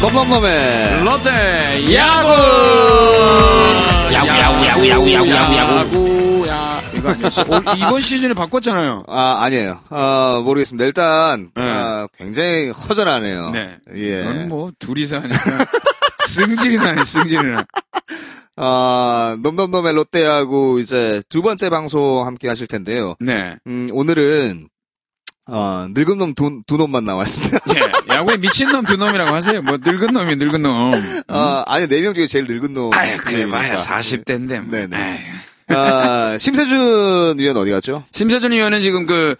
넘넘넘의 롯데 야구! 야구 야구 야구 야구 야구 야구 야구 야 이거 아니었어 올, 이번 시즌에 바꿨잖아요 아 아니에요. 아 모르겠습니다. 일단 네. 아, 굉장히 허전하네요. 네 예. 이건 뭐 둘이서 하니까 승질이 나네 승질이 나 아 넘넘넘의 롯데하고 이제 두 번째 방송 함께 하실 텐데요. 네. 음, 오늘은 어, 늙은 놈 두, 두 놈만 나왔습니다. 예, 야구에 미친놈 두 놈이라고 하세요. 뭐, 늙은 놈이 늙은 놈. 아, 아니 네 명 중에 제일 늙은 놈. 음? 아유, 그래 봐야 놈이니까. 40대인데. 뭐. 네네. 아유. 아, 심세준 위원 어디 갔죠? 심세준 의원은 지금 그,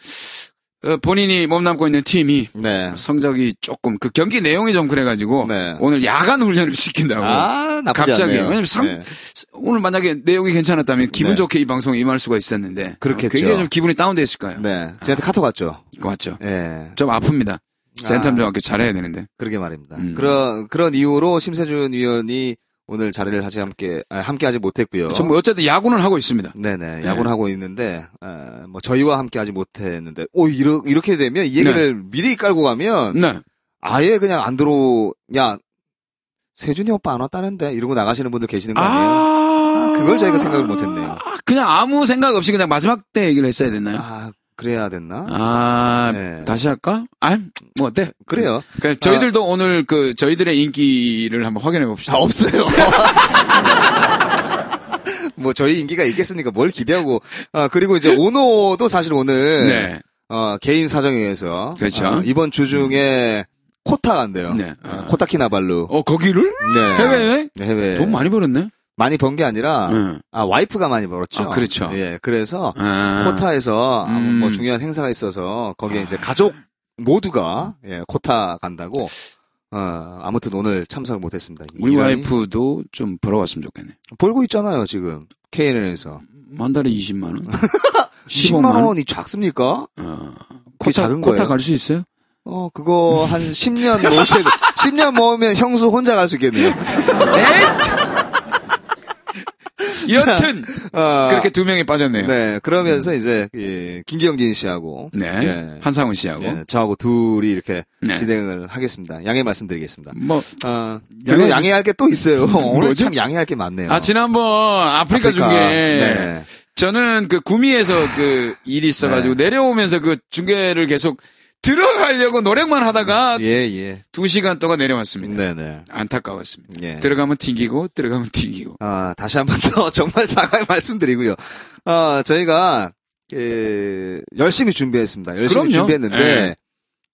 어, 본인이 몸담고 있는 팀이 네. 성적이 조금, 그 경기 내용이 좀 그래가지고, 네. 오늘 야간 훈련을 시킨다고. 아 나쁘지 갑자기. 않네요. 왜냐면 상- 네. 오늘 만약에 내용이 괜찮았다면 기분 네. 좋게 이 방송에 임할 수가 있었는데. 그렇겠죠. 굉장히 좀 기분이 다운돼 아. 있을까요? 네. 저한테 카톡 왔죠. 맞죠. 예. 좀 아픕니다. 아. 센텀 정학교 잘해야 되는데. 그러게 말입니다. 음. 그런 그런 이유로 심세준 위원이 오늘 자리를 하지 함께 아, 함께하지 못했고요. 전뭐 어쨌든 야구는 하고 있습니다. 네네 예. 야구를 하고 있는데 아, 뭐 저희와 함께하지 못했는데 오 이러, 이렇게 되면 이 얘기를 미리 깔고 가면 네. 아예 그냥 안 들어 야 세준이 오빠 안 왔다는데 이러고 나가시는 분들 계시는 거 아니에요? 아, 그걸 저희가 생각을 못했네요. 아, 그냥 아무 생각 없이 그냥 마지막 때 얘기를 했어야 됐나요? 아 그래야 됐나? 아, 네. 다시 할까? 아, 뭐 어때? 그래요. 아. 그러니까 저희들도 오늘 그 저희들의 인기를 한번 확인해 봅시다. 다 아, 없어요. 뭐 저희 인기가 있겠습니까? 뭘 기대하고 아 그리고 이제 오노도 사실 오늘 네. 어, 개인 사정에 의해서 그렇죠. 어, 이번 주 중에 코타 간대요. 네. 어, 코타키나발루. 어 거기를 네. 해외 네, 해외. 돈 많이 벌었네. 많이 번 게 아니라 응. 아, 와이프가 많이 벌었죠. 아, 그렇죠. 예. 그래서 아. 코타에서 아마 뭐 음. 중요한 행사가 있어서 거기에 이제 가족 모두가 예, 코타 간다고 어, 아무튼 오늘 참석을 못 했습니다. 우리 이런- 와이프도 좀 벌어왔으면 좋겠네. 벌고 있잖아요, 지금. KNN에서. 한 달에 20만 원, 10만 15만 원이 작습니까? 어, 그게 코타 작은 코타 거예요? 갈 수 있어요? 어, 그거 한 10년 모으면, 10년 모으면 형수 혼자 갈 수 있겠네요. 여튼 어, 그렇게 두 명이 빠졌네요. 네, 네, 그러면서 이제 예, 김경진 씨하고 예, 한상훈 씨하고 예, 저하고 둘이 이렇게 네. 진행을 하겠습니다. 양해 말씀드리겠습니다. 뭐 아, 양해해 그리고 양해할 게 또 있어요. 오늘 뭐죠? 참 양해할 게 많네요. 아, 지난번 아프리카, 중계. 네. 저는 그 구미에서 그 일이 있어가지고 내려오면서 그 중계를 계속 들어가려고 노력만 하다가 예, 예. 두 시간 동안 내려왔습니다. 네, 네. 안타까웠습니다. 예. 들어가면 튕기고, 들어가면 튕기고. 아, 다시 한 번 더 정말 사과의 말씀드리고요. 아, 저희가 예, 열심히 준비했습니다. 열심히 그럼요. 준비했는데 예.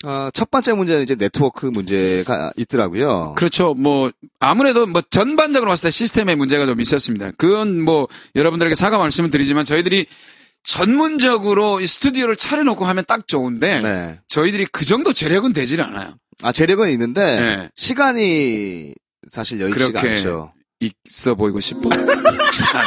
아, 첫 번째 문제는 이제 네트워크 문제가 있더라고요. 그렇죠. 뭐, 아무래도 뭐 전반적으로 봤을 때 시스템에 문제가 좀 있었습니다. 그건 뭐, 여러분들에게 사과 말씀을 드리지만 저희들이 전문적으로 이 스튜디오를 차려놓고 하면 딱 좋은데, 네. 저희들이 그 정도 재력은 되질 않아요. 아, 재력은 있는데 네. 시간이 사실 여의치가 그렇게. 않죠. 있어 보이고 싶어. 참.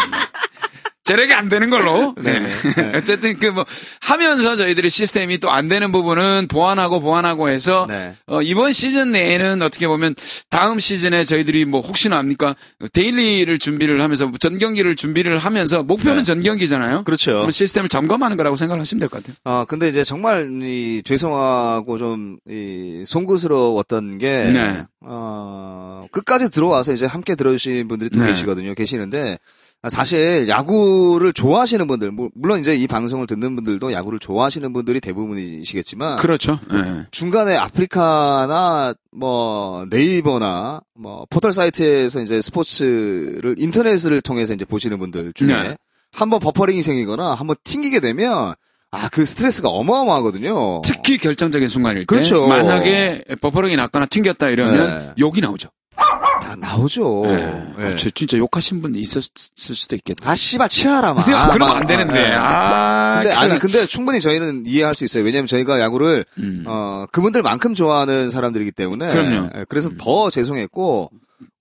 재력이 안 되는 걸로. 네. 네. 어쨌든 그 뭐 하면서 저희들이 시스템이 또 안 되는 부분은 보완하고 보완하고 해서 네. 어, 이번 시즌 내에는 어떻게 보면 다음 시즌에 저희들이 뭐 혹시나 합니까 데일리를 준비를 하면서 전 경기를 준비를 하면서 목표는 네. 전 경기잖아요. 그렇죠. 그럼 시스템을 점검하는 거라고 생각을 하시면 될 것 같아요. 아, 근데 이제 정말 이 죄송하고 좀 이 송구스러웠던 게 네. 어, 끝까지 들어와서 이제 함께 들어주신 분들이 또 네. 계시거든요. 계시는데 아, 사실 야구를 좋아하시는 분들 물- 물론 이제 이 방송을 듣는 분들도 야구를 좋아하시는 분들이 대부분이시겠지만 그렇죠. 어. 네. 중간에 아프리카나 뭐 네이버나 뭐 포털 사이트에서 이제 스포츠를 인터넷을 통해서 이제 보시는 분들 중에 네. 한번 버퍼링이 생기거나 한번 튕기게 되면 아 그 스트레스가 어마어마하거든요. 특히 결정적인 순간일 때 그렇죠. 만약에 버퍼링이 났거나 튕겼다 이러면 네. 욕이 나오죠. 다 나오죠. 네. 예. 아, 저 진짜 욕하신 분 있었을 수도 있겠다. 아 씨발 치아라마. 네. 근데 그러면 안 되는데. 아, 근데 큰일 아니 나- 근데 충분히 저희는 이해할 수 있어요. 왜냐하면 저희가 야구를 음. 어 그분들만큼 좋아하는 사람들이기 때문에 그럼요. 예, 그래서 더 죄송했고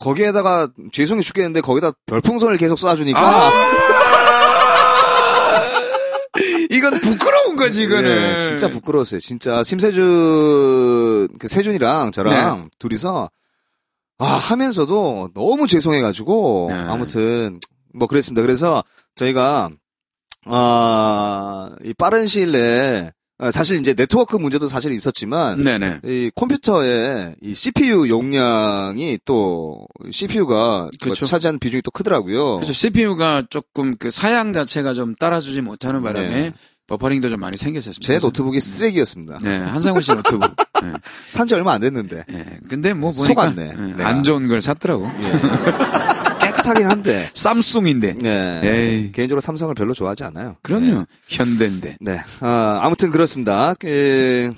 거기에다가 죄송해 죽겠는데 거기다 별풍선을 계속 쏴주니까 이건 부끄러운 거지, 이거는. 예, 진짜 부끄러웠어요. 진짜 심세준 그 세준이랑 저랑 둘이서 아 하면서도 너무 죄송해가지고 네. 아무튼 뭐 아, 그랬습니다. 그래서 저희가 아이 빠른 시일 내에 어, 사실 이제 네트워크 문제도 사실 있었지만 네네. 이 컴퓨터의 이 CPU 용량이 또 CPU가 그쵸. 차지하는 비중이 또 크더라고요. 그래서 CPU가 조금 그 사양 자체가 좀 따라주지 못하는 바람에 네. 버퍼링도 좀 많이 생겼었습니다. 제 노트북이 쓰레기였습니다. 네, 한상훈 씨 노트북. 네, 산 지 얼마 안 됐는데 네. 근데 뭐 보니까 속았네, 네, 내가. 안 좋은 걸 샀더라고. 예. 깨끗하긴 한데. 삼숭인데. 네. 에이. 개인적으로 삼성을 별로 좋아하지 않아요. 네. 그럼요. 현대인데. 네. 아, 아무튼 그렇습니다. 그,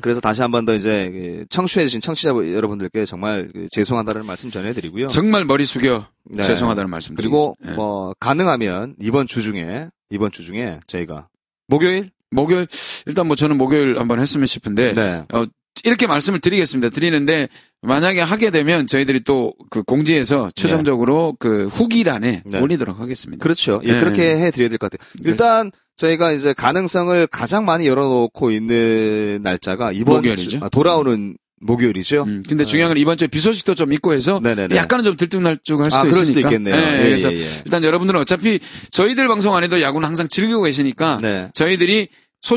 그래서 다시 한 번 더 이제 그 청취해주신 청취자 여러분들께 정말 그 죄송하다는 말씀 전해드리고요. 정말 머리 숙여 네. 죄송하다는 말씀 그리고 드리겠습니다. 예. 뭐 가능하면 이번 주 중에 이번 주 중에 저희가 목요일 목요일 일단 뭐 저는 목요일 한번 했으면 싶은데 네. 이렇게 말씀을 드리겠습니다. 드리는데 만약에 하게 되면 저희들이 또 그 공지에서 최종적으로 그 후기란에 네. 올리도록 하겠습니다. 그렇죠. 예, 네. 그렇게 해드려야 될 것 같아요. 일단 저희가 이제 가능성을 가장 많이 열어놓고 있는 날짜가 이번 목요일이죠. 주- 아, 돌아오는 목요일이죠. 음, 근데 중요한 건 이번 주에 비 소식도 좀 있고 해서 네네네. 약간은 좀 들쭉날쭉할 수도 아, 그럴 수도 있으니까. 있겠네요. 예, 예, 그래서 예, 예. 일단 여러분들은 어차피 저희들 방송 안에도 야구는 항상 즐기고 계시니까 네. 저희들이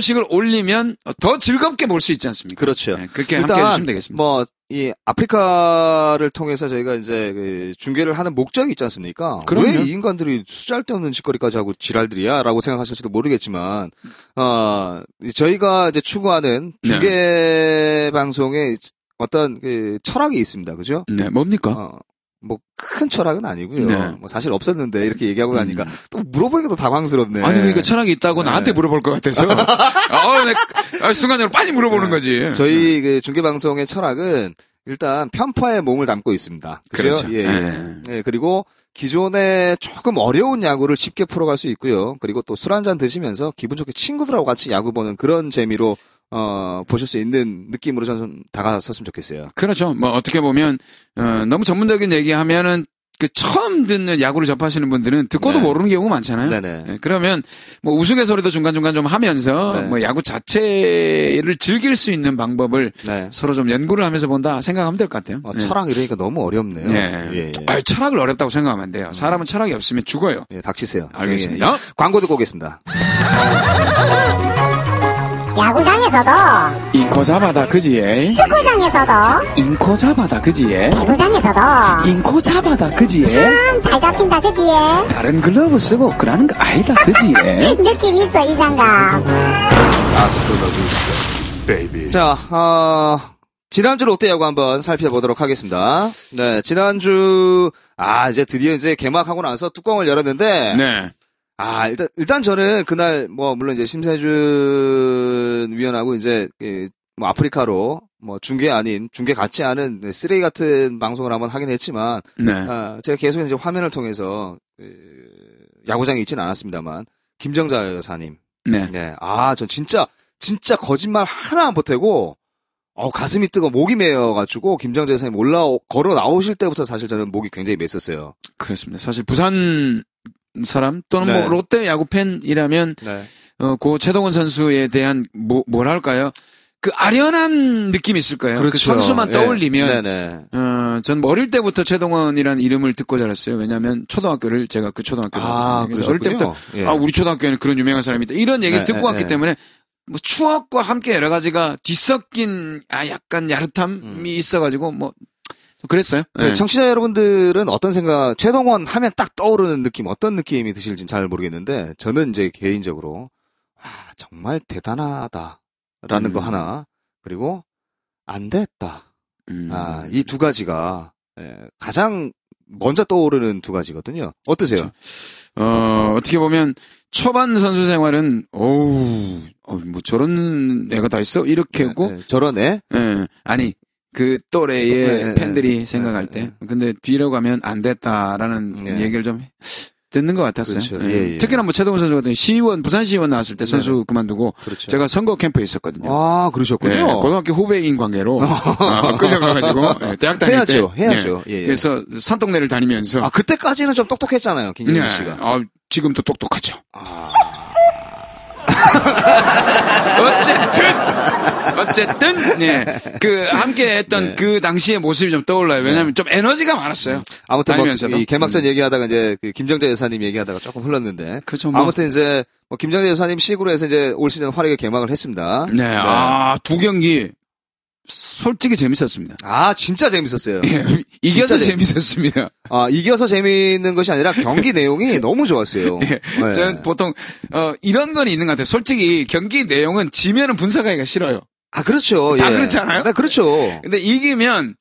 소식을 올리면 더 즐겁게 볼 수 있지 않습니까? 그렇죠. 예, 그렇게 함께 해주시면 되겠습니다. 뭐, 이 아프리카를 통해서 저희가 이제 그 중계를 하는 목적이 있지 않습니까? 그럼요. 왜 이 인간들이 수잘데 없는 짓거리까지 하고 지랄들이야? 라고 생각하실지도 모르겠지만, 어, 이 저희가 이제 추구하는 네. 중계 방송의 어떤 그 철학이 있습니다. 그죠? 네, 뭡니까? 어, 뭐 큰 철학은 아니고요. 네. 음. 뭐 사실 없었는데 이렇게 얘기하고 나니까 또 물어보니까 또 당황스럽네. 아니 그러니까 철학이 있다고 네. 나한테 물어볼 것 같아서 아, 내- 아, 순간적으로 빨리 네. 물어보는 거지. 저희 그 중계 방송의 철학은 일단 편파의 몸을 담고 있습니다. 그죠? 그렇죠. 예, 예. 네. 예, 그리고 기존에 조금 어려운 야구를 쉽게 풀어갈 수 있고요. 그리고 또 술 한 잔 드시면서 기분 좋게 친구들하고 같이 야구 보는 그런 재미로 어, 보실 수 있는 느낌으로 저는 다가섰으면 좋겠어요. 그렇죠. 뭐 어떻게 보면 어, 너무 전문적인 얘기하면은 그 처음 듣는 야구를 접하시는 분들은 듣고도 네. 모르는 경우가 많잖아요. 네네. 예, 그러면 뭐 우스갯소리도 중간중간 좀 하면서 네. 뭐 야구 자체를 즐길 수 있는 방법을 네. 서로 좀 연구를 하면서 본다 생각하면 될 것 같아요. 어, 예. 철학 이러니까 너무 어렵네요. 예. 예, 음. 예. 아, 철학을 어렵다고 생각하면 안 돼요. 사람은 철학이 없으면 죽어요. 예, 닥치세요. 알겠습니다. 예, 예. 광고 듣고 오겠습니다. 야구장에서도 인코 잡아다 그지에 축구장에서도 인코 잡아다 그지에 배구장에서도 인코 잡아다 그지에 참 잘 잡힌다 그지에 다른 글러브 쓰고 그러는 거 아니다 그지에 예. 느낌 있어 이 장갑 Hasta la vista, baby. 자, 아, 지난주 롯데야구 한번 살펴보도록 하겠습니다. 네, 지난주, 아, 이제 드디어 이제 개막하고 나서 뚜껑을 열었는데, 네. 아, 일단, 일단 저는 그날, 뭐, 물론 이제 심세준 위원하고 이제, 예, 뭐, 아프리카로, 뭐, 중계 아닌, 중계 같지 않은 네, 쓰레기 같은 방송을 한번 하긴 했지만, 네. 아, 제가 계속 이제 화면을 통해서, 예, 야구장에 있지는 않았습니다만, 김정자 여사님, 네. 네. 아, 전 진짜, 진짜 거짓말 하나 안 보태고, 어, 가슴이 뜨거, 목이 메여가지고, 김정재 선생님 올라, 걸어 나오실 때부터 사실 저는 목이 굉장히 맸었어요. 그렇습니다. 사실 부산 사람 또는 네. 뭐 롯데 야구 팬이라면 네. 어, 고 최동원 선수에 대한 뭐 뭐랄까요? 그 아련한 느낌이 있을 네, 거예요. 그 선수만 떠올리면 그렇죠. 네네. 어, 전뭐 어릴 때부터 최동원이라는 이름을 듣고 자랐어요. 왜냐하면 초등학교를 제가 그 초등학교 아, 그래서 어릴 그러셨군요. 때부터 예. 아 우리 초등학교에는 그런 유명한 사람이 있다 이런 네, 얘기를 듣고 네, 왔기 네. 때문에 뭐 추억과 함께 여러 가지가 뒤섞인 아 약간 야릇함이 음. 있어가지고 뭐 그랬어요. 네, 네. 청취자 여러분들은 어떤 생각, 최동원 하면 딱 떠오르는 느낌, 어떤 느낌이 드실지는 잘 모르겠는데, 저는 이제 개인적으로, 와, 정말 대단하다. 라는 음. 거 하나, 그리고, 안 됐다. 음. 아, 이 두 가지가 예, 가장 먼저 떠오르는 두 가지거든요. 어떠세요? 어, 어떻게 보면 초반 선수 생활은 어우 어, 뭐 저런 애가 다 있어 이렇게고 예, 예, 저런 애? 예, 아니 그 또래의 네, 네, 팬들이 네, 생각할 네, 때 네. 근데 뒤로 가면 안 됐다라는 네. 얘기를 좀 듣는 것 같았어요. 그렇죠. 예, 예. 특히나 뭐 최동훈 선수 같은 경우 시의원 부산 시의원 나왔을 때 선수 그만두고 그렇죠. 제가 선거 캠프에 있었거든요. 아, 예, 그러셨군요. 고등학교 후배인 관계로 어, 끌려가가지고 예, 대학 다닐 해야죠, 때 해야죠. 예, 예, 예. 그래서 산동네를 다니면서 아, 그때까지는 좀 똑똑했잖아요, 김경민 네, 씨가. 아, 지금도 똑똑하죠. 어쨌든 어쨌든 네. 예그 함께 네. 했던 그 당시의 모습이 좀 떠올라요. 왜냐하면 좀 에너지가 많았어요. 아무튼 다니면서도. 음. 뭐 이 개막전 얘기하다가 이제 그 김정재 여사님 얘기하다가 조금 흘렀는데 그쵸, 뭐. 아무튼 이제 뭐 김정재 여사님 식으로 해서 이제 올 시즌 화려하게 개막을 했습니다. 네. 아, 두 경기 솔직히 재밌었습니다. 아, 진짜 재밌었어요. 예, 이겨서 재밌- 재밌었습니다. 아 이겨서 재미있는 것이 아니라 경기 내용이 너무 좋았어요. 예. 네. 저는 보통 어, 이런 건 있는 것 같아요. 솔직히 경기 내용은 지면은 분석하기가 싫어요. 아 그렇죠. 다 예. 그렇지 않아요? 네, 그렇죠. 근데 이기면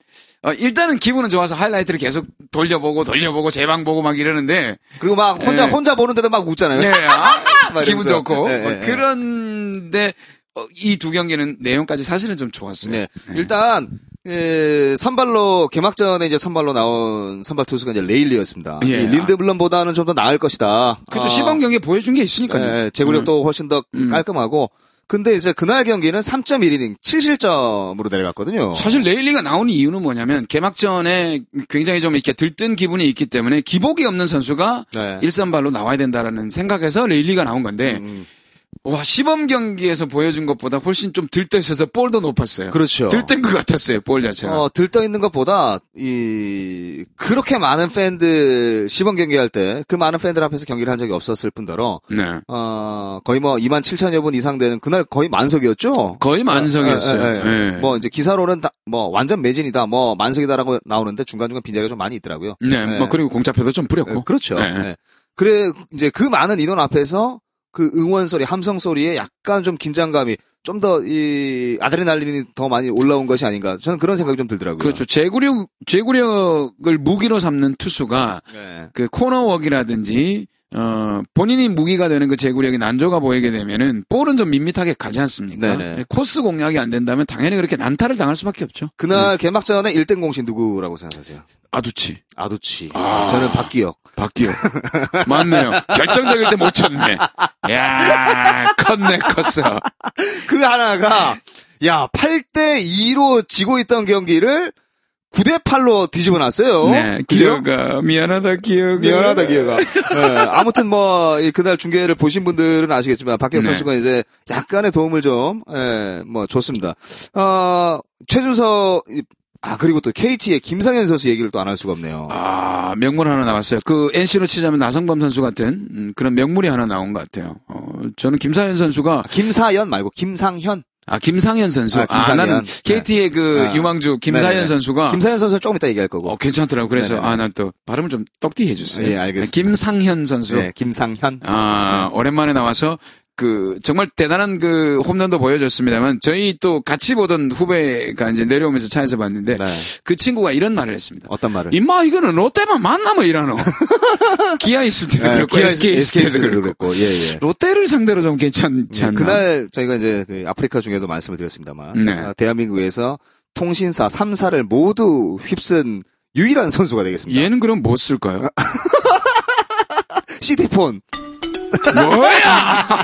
어, 일단은 기분은 좋아서 하이라이트를 계속 돌려보고 돌려보고 재방 보고 막 이러는데 그리고 막 혼자 예. 혼자 보는데도 막 웃잖아요. 예, 아, 막 이러면서. 기분 좋고 예, 예, 어, 예. 그런데 어, 이 두 경기는 내용까지 사실은 좀 좋았어요. 네. 일단 예, 선발로 개막전에 이제 선발로 나온 선발 투수가 이제 레일리였습니다. 예. 이 린드블럼보다는 좀 더 나을 것이다. 그죠 아, 시범 경기에 보여준 게 있으니까요. 예, 제구력도 훨씬 더 음. 깔끔하고. 근데 이제 그날 경기는 3.1이닝 7실점으로 내려갔거든요. 사실 레일리가 나오는 이유는 뭐냐면 개막전에 굉장히 좀 이렇게 들뜬 기분이 있기 때문에 기복이 없는 선수가 네. 일선발로 나와야 된다라는 생각에서 레일리가 나온 건데 음. 와 시범 경기에서 보여준 것보다 훨씬 좀 들떠 있어서 볼도 높았어요. 그렇죠. 들뜬 것 같았어요 볼 자체가. 어, 들떠 있는 것보다 이 그렇게 많은 팬들 시범 경기할 때 그 많은 팬들 앞에서 경기를 한 적이 없었을 뿐더러 네. 어, 거의 뭐 2만 7천여 분 이상 되는 그날 거의 만석이었죠. 거의 만성이었어요. 예, 예, 예. 예. 뭐 이제 기사로는 다- 뭐 완전 매진이다, 뭐 만석이다라고 나오는데 중간 중간 빈자리가 좀 많이 있더라고요. 네, 예. 뭐 그리고 공짜표도 좀 예, 뿌렸고. 그렇죠. 예. 예. 그래 이제 그 많은 인원 앞에서 그 응원 소리, 함성 소리에 약간 좀 긴장감이 좀 더 이 아드레날린이 더 많이 올라온 것이 아닌가. 저는 그런 아. 생각이 좀 들더라고요. 그렇죠. 제구력 제구력을 무기로 삼는 투수가 예. 그 코너웍이라든지 어 본인이 무기가 되는 그 제구력이 난조가 보이게 되면은 볼은 좀 밋밋하게 가지 않습니까? 네네. 예, 코스 공략이 안 된다면 당연히 그렇게 난타를 당할 수밖에 없죠. 그날 개막전에 1등 공신 누구라고 생각하세요? 아두치, 아두치. 아. 저는 박기혁. 박기호. 맞네요. 결정적일 때 못 쳤네. 야, 컸네, 컸어. 그 하나가 야 8대 2로 지고 있던 경기를 9대 8로 뒤집어 놨어요. 네, 그죠? 기호가 네. 미안하다, 기호가. 미안하다 기회가. 예, 아무튼 뭐이 그날 중계를 보신 분들은 아시겠지만 박혁 네. 선수가 이제 약간의 도움을 좀뭐 줬습니다. 어, 최준석 이- 아 그리고 또 KT의 김상현 선수 얘기를 또 안 할 수가 없네요. 아, 명물 하나 나왔어요. 그 NC로 치자면 나성범 선수 같은 음, 그런 명물이 하나 나온 것 같아요. 어, 저는 김상현 선수가 김사연 말고 김상현. 아 김상현 선수. 아, 아, 김상현. 나는 KT의 그 아. 유망주 김상현 네네네. 선수가 김사연 선수 는 조금 이따 얘기할 거고. 아. 어, 괜찮더라고. 그래서 네네네. 아, 난 또 발음을 좀 떡띠 해주세요. 예, 알겠습니다. 김상현 선수. 네, 김상현. 아, 오랜만에 나와서 그 정말 대단한 그 홈런도 보여줬습니다만 저희 또 같이 보던 후배가 이제 내려오면서 차에서 봤는데 네. 그 친구가 이런 말을 했습니다. 어떤 말을? 임마 이거는 롯데만 만나면 뭐 이라노. 기아 있을 때도 네, 그렇고 기아 SK 있을 때도 SK 도 그렇고. 그렇고. 예, 예. 롯데를 상대로 좀 괜찮지 않나. 그날 저희가 이제 그 아프리카 중에도 말씀을 드렸습니다만 음. 네. 아, 대한민국에서 통신사 3사를 모두 휩쓴 유일한 선수가 되겠습니다. 얘는 그럼 뭐 쓸까요? 예. 시티폰, 뭐야?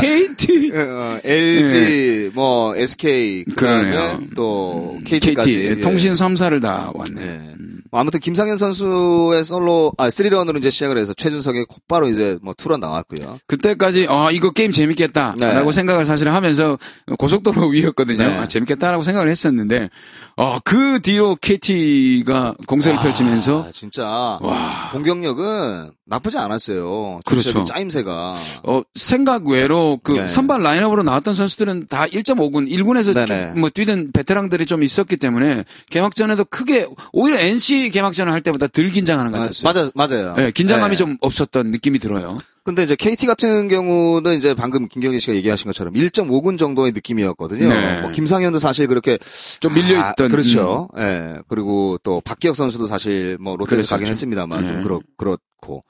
KT. 어, 어, LG, 뭐 SK, 그다음에 네. 그러네요. 또 KT까지 예. 뭐 KT 통신 3사를 다 왔네. 아무튼 김상현 선수의 솔로 아 3런으로 이제 시작을 해서 최준석의 곧바로 이제 뭐 투런 나왔고요. 그때까지 아 이거 게임 재밌겠다라고 네. 생각을 사실 하면서 고속도로 위였거든요. 네. 아, 재밌겠다라고 생각을 했었는데 어, 아그 뒤로 KT가 공세를 펼치면서 아, 진짜 어? 와. 공격력은 나쁘지 않았어요. 그렇죠. 조시아비 짜임새가 어 생각 외로 그 네. 선발 라인업으로 나왔던 선수들은 다 1.5군, 1군에서 네네. 뭐 뛰던 베테랑들이 좀 있었기 때문에 개막전에도 크게 오히려 NC 개막전을 할 때보다 덜 긴장하는 것 아, 같았어요. 맞아 맞아요. 예, 네. 긴장감이 좀 없었던 느낌이 들어요. 근데 이제 KT 같은 경우는 이제 방금 김경희 씨가 얘기하신 것처럼 1.5군 정도의 느낌이었거든요. 네. 뭐 김상현도 사실 그렇게 좀 밀려 있던 음. 아, 그렇죠. 예. 그리고 또 박기혁 선수도 사실 뭐 롯데에서 가긴 그랬었죠. 했습니다만 네. 좀 그렇 그렇고.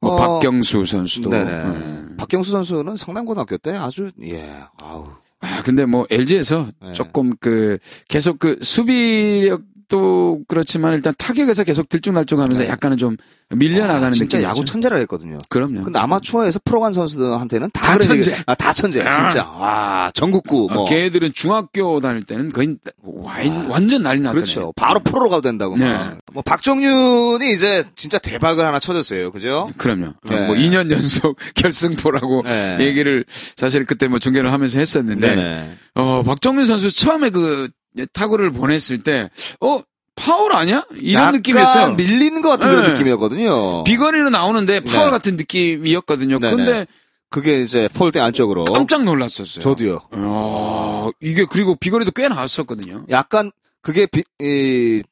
뭐 어, 박경수 선수도 네네. 예. 박경수 선수는 성남고등학교 때 아주 예. 아우. 아, 근데 뭐 LG에서 네. 조금 그 계속 그 수비력 감독도 그렇지만 일단 타격에서 계속 들쭉날쭉하면서 약간은 좀 밀려나가는 네. 아, 진짜 느낌이죠. 야구 천재라 했거든요. 그럼요. 근데 아마추어에서 프로 간 선수들한테는 다, 다 그런 얘기- 천재. 아, 다 천재. 아. 진짜. 와, 전국구 아, 뭐. 아, 걔들은 중학교 다닐 때는 거의 와인, 완전 난리 났던 그렇죠. 바로 프로로 가도 된다고. 네. 막. 뭐 박정윤이 이제 진짜 대박을 하나 쳐줬어요. 그죠? 그럼요. 네. 뭐 2년 연속 결승포라고 네. 얘기를 사실 그때 뭐 중계를 하면서 했었는데 네네. 어, 박정민 선수 처음에 그 타구를 보냈을 때 어, 파울 아니야? 이런 약간 느낌이었어요. 밀리는 것 같은 네. 그런 느낌이었거든요. 비거리로 나오는데 파울 네. 같은 느낌이었거든요. 네네. 근데 그게 이제 폴대 안쪽으로. 깜짝 놀랐었어요. 저도요. 어, 이게 그리고 비거리도 꽤 나왔었거든요. 약간 그게 비, 이,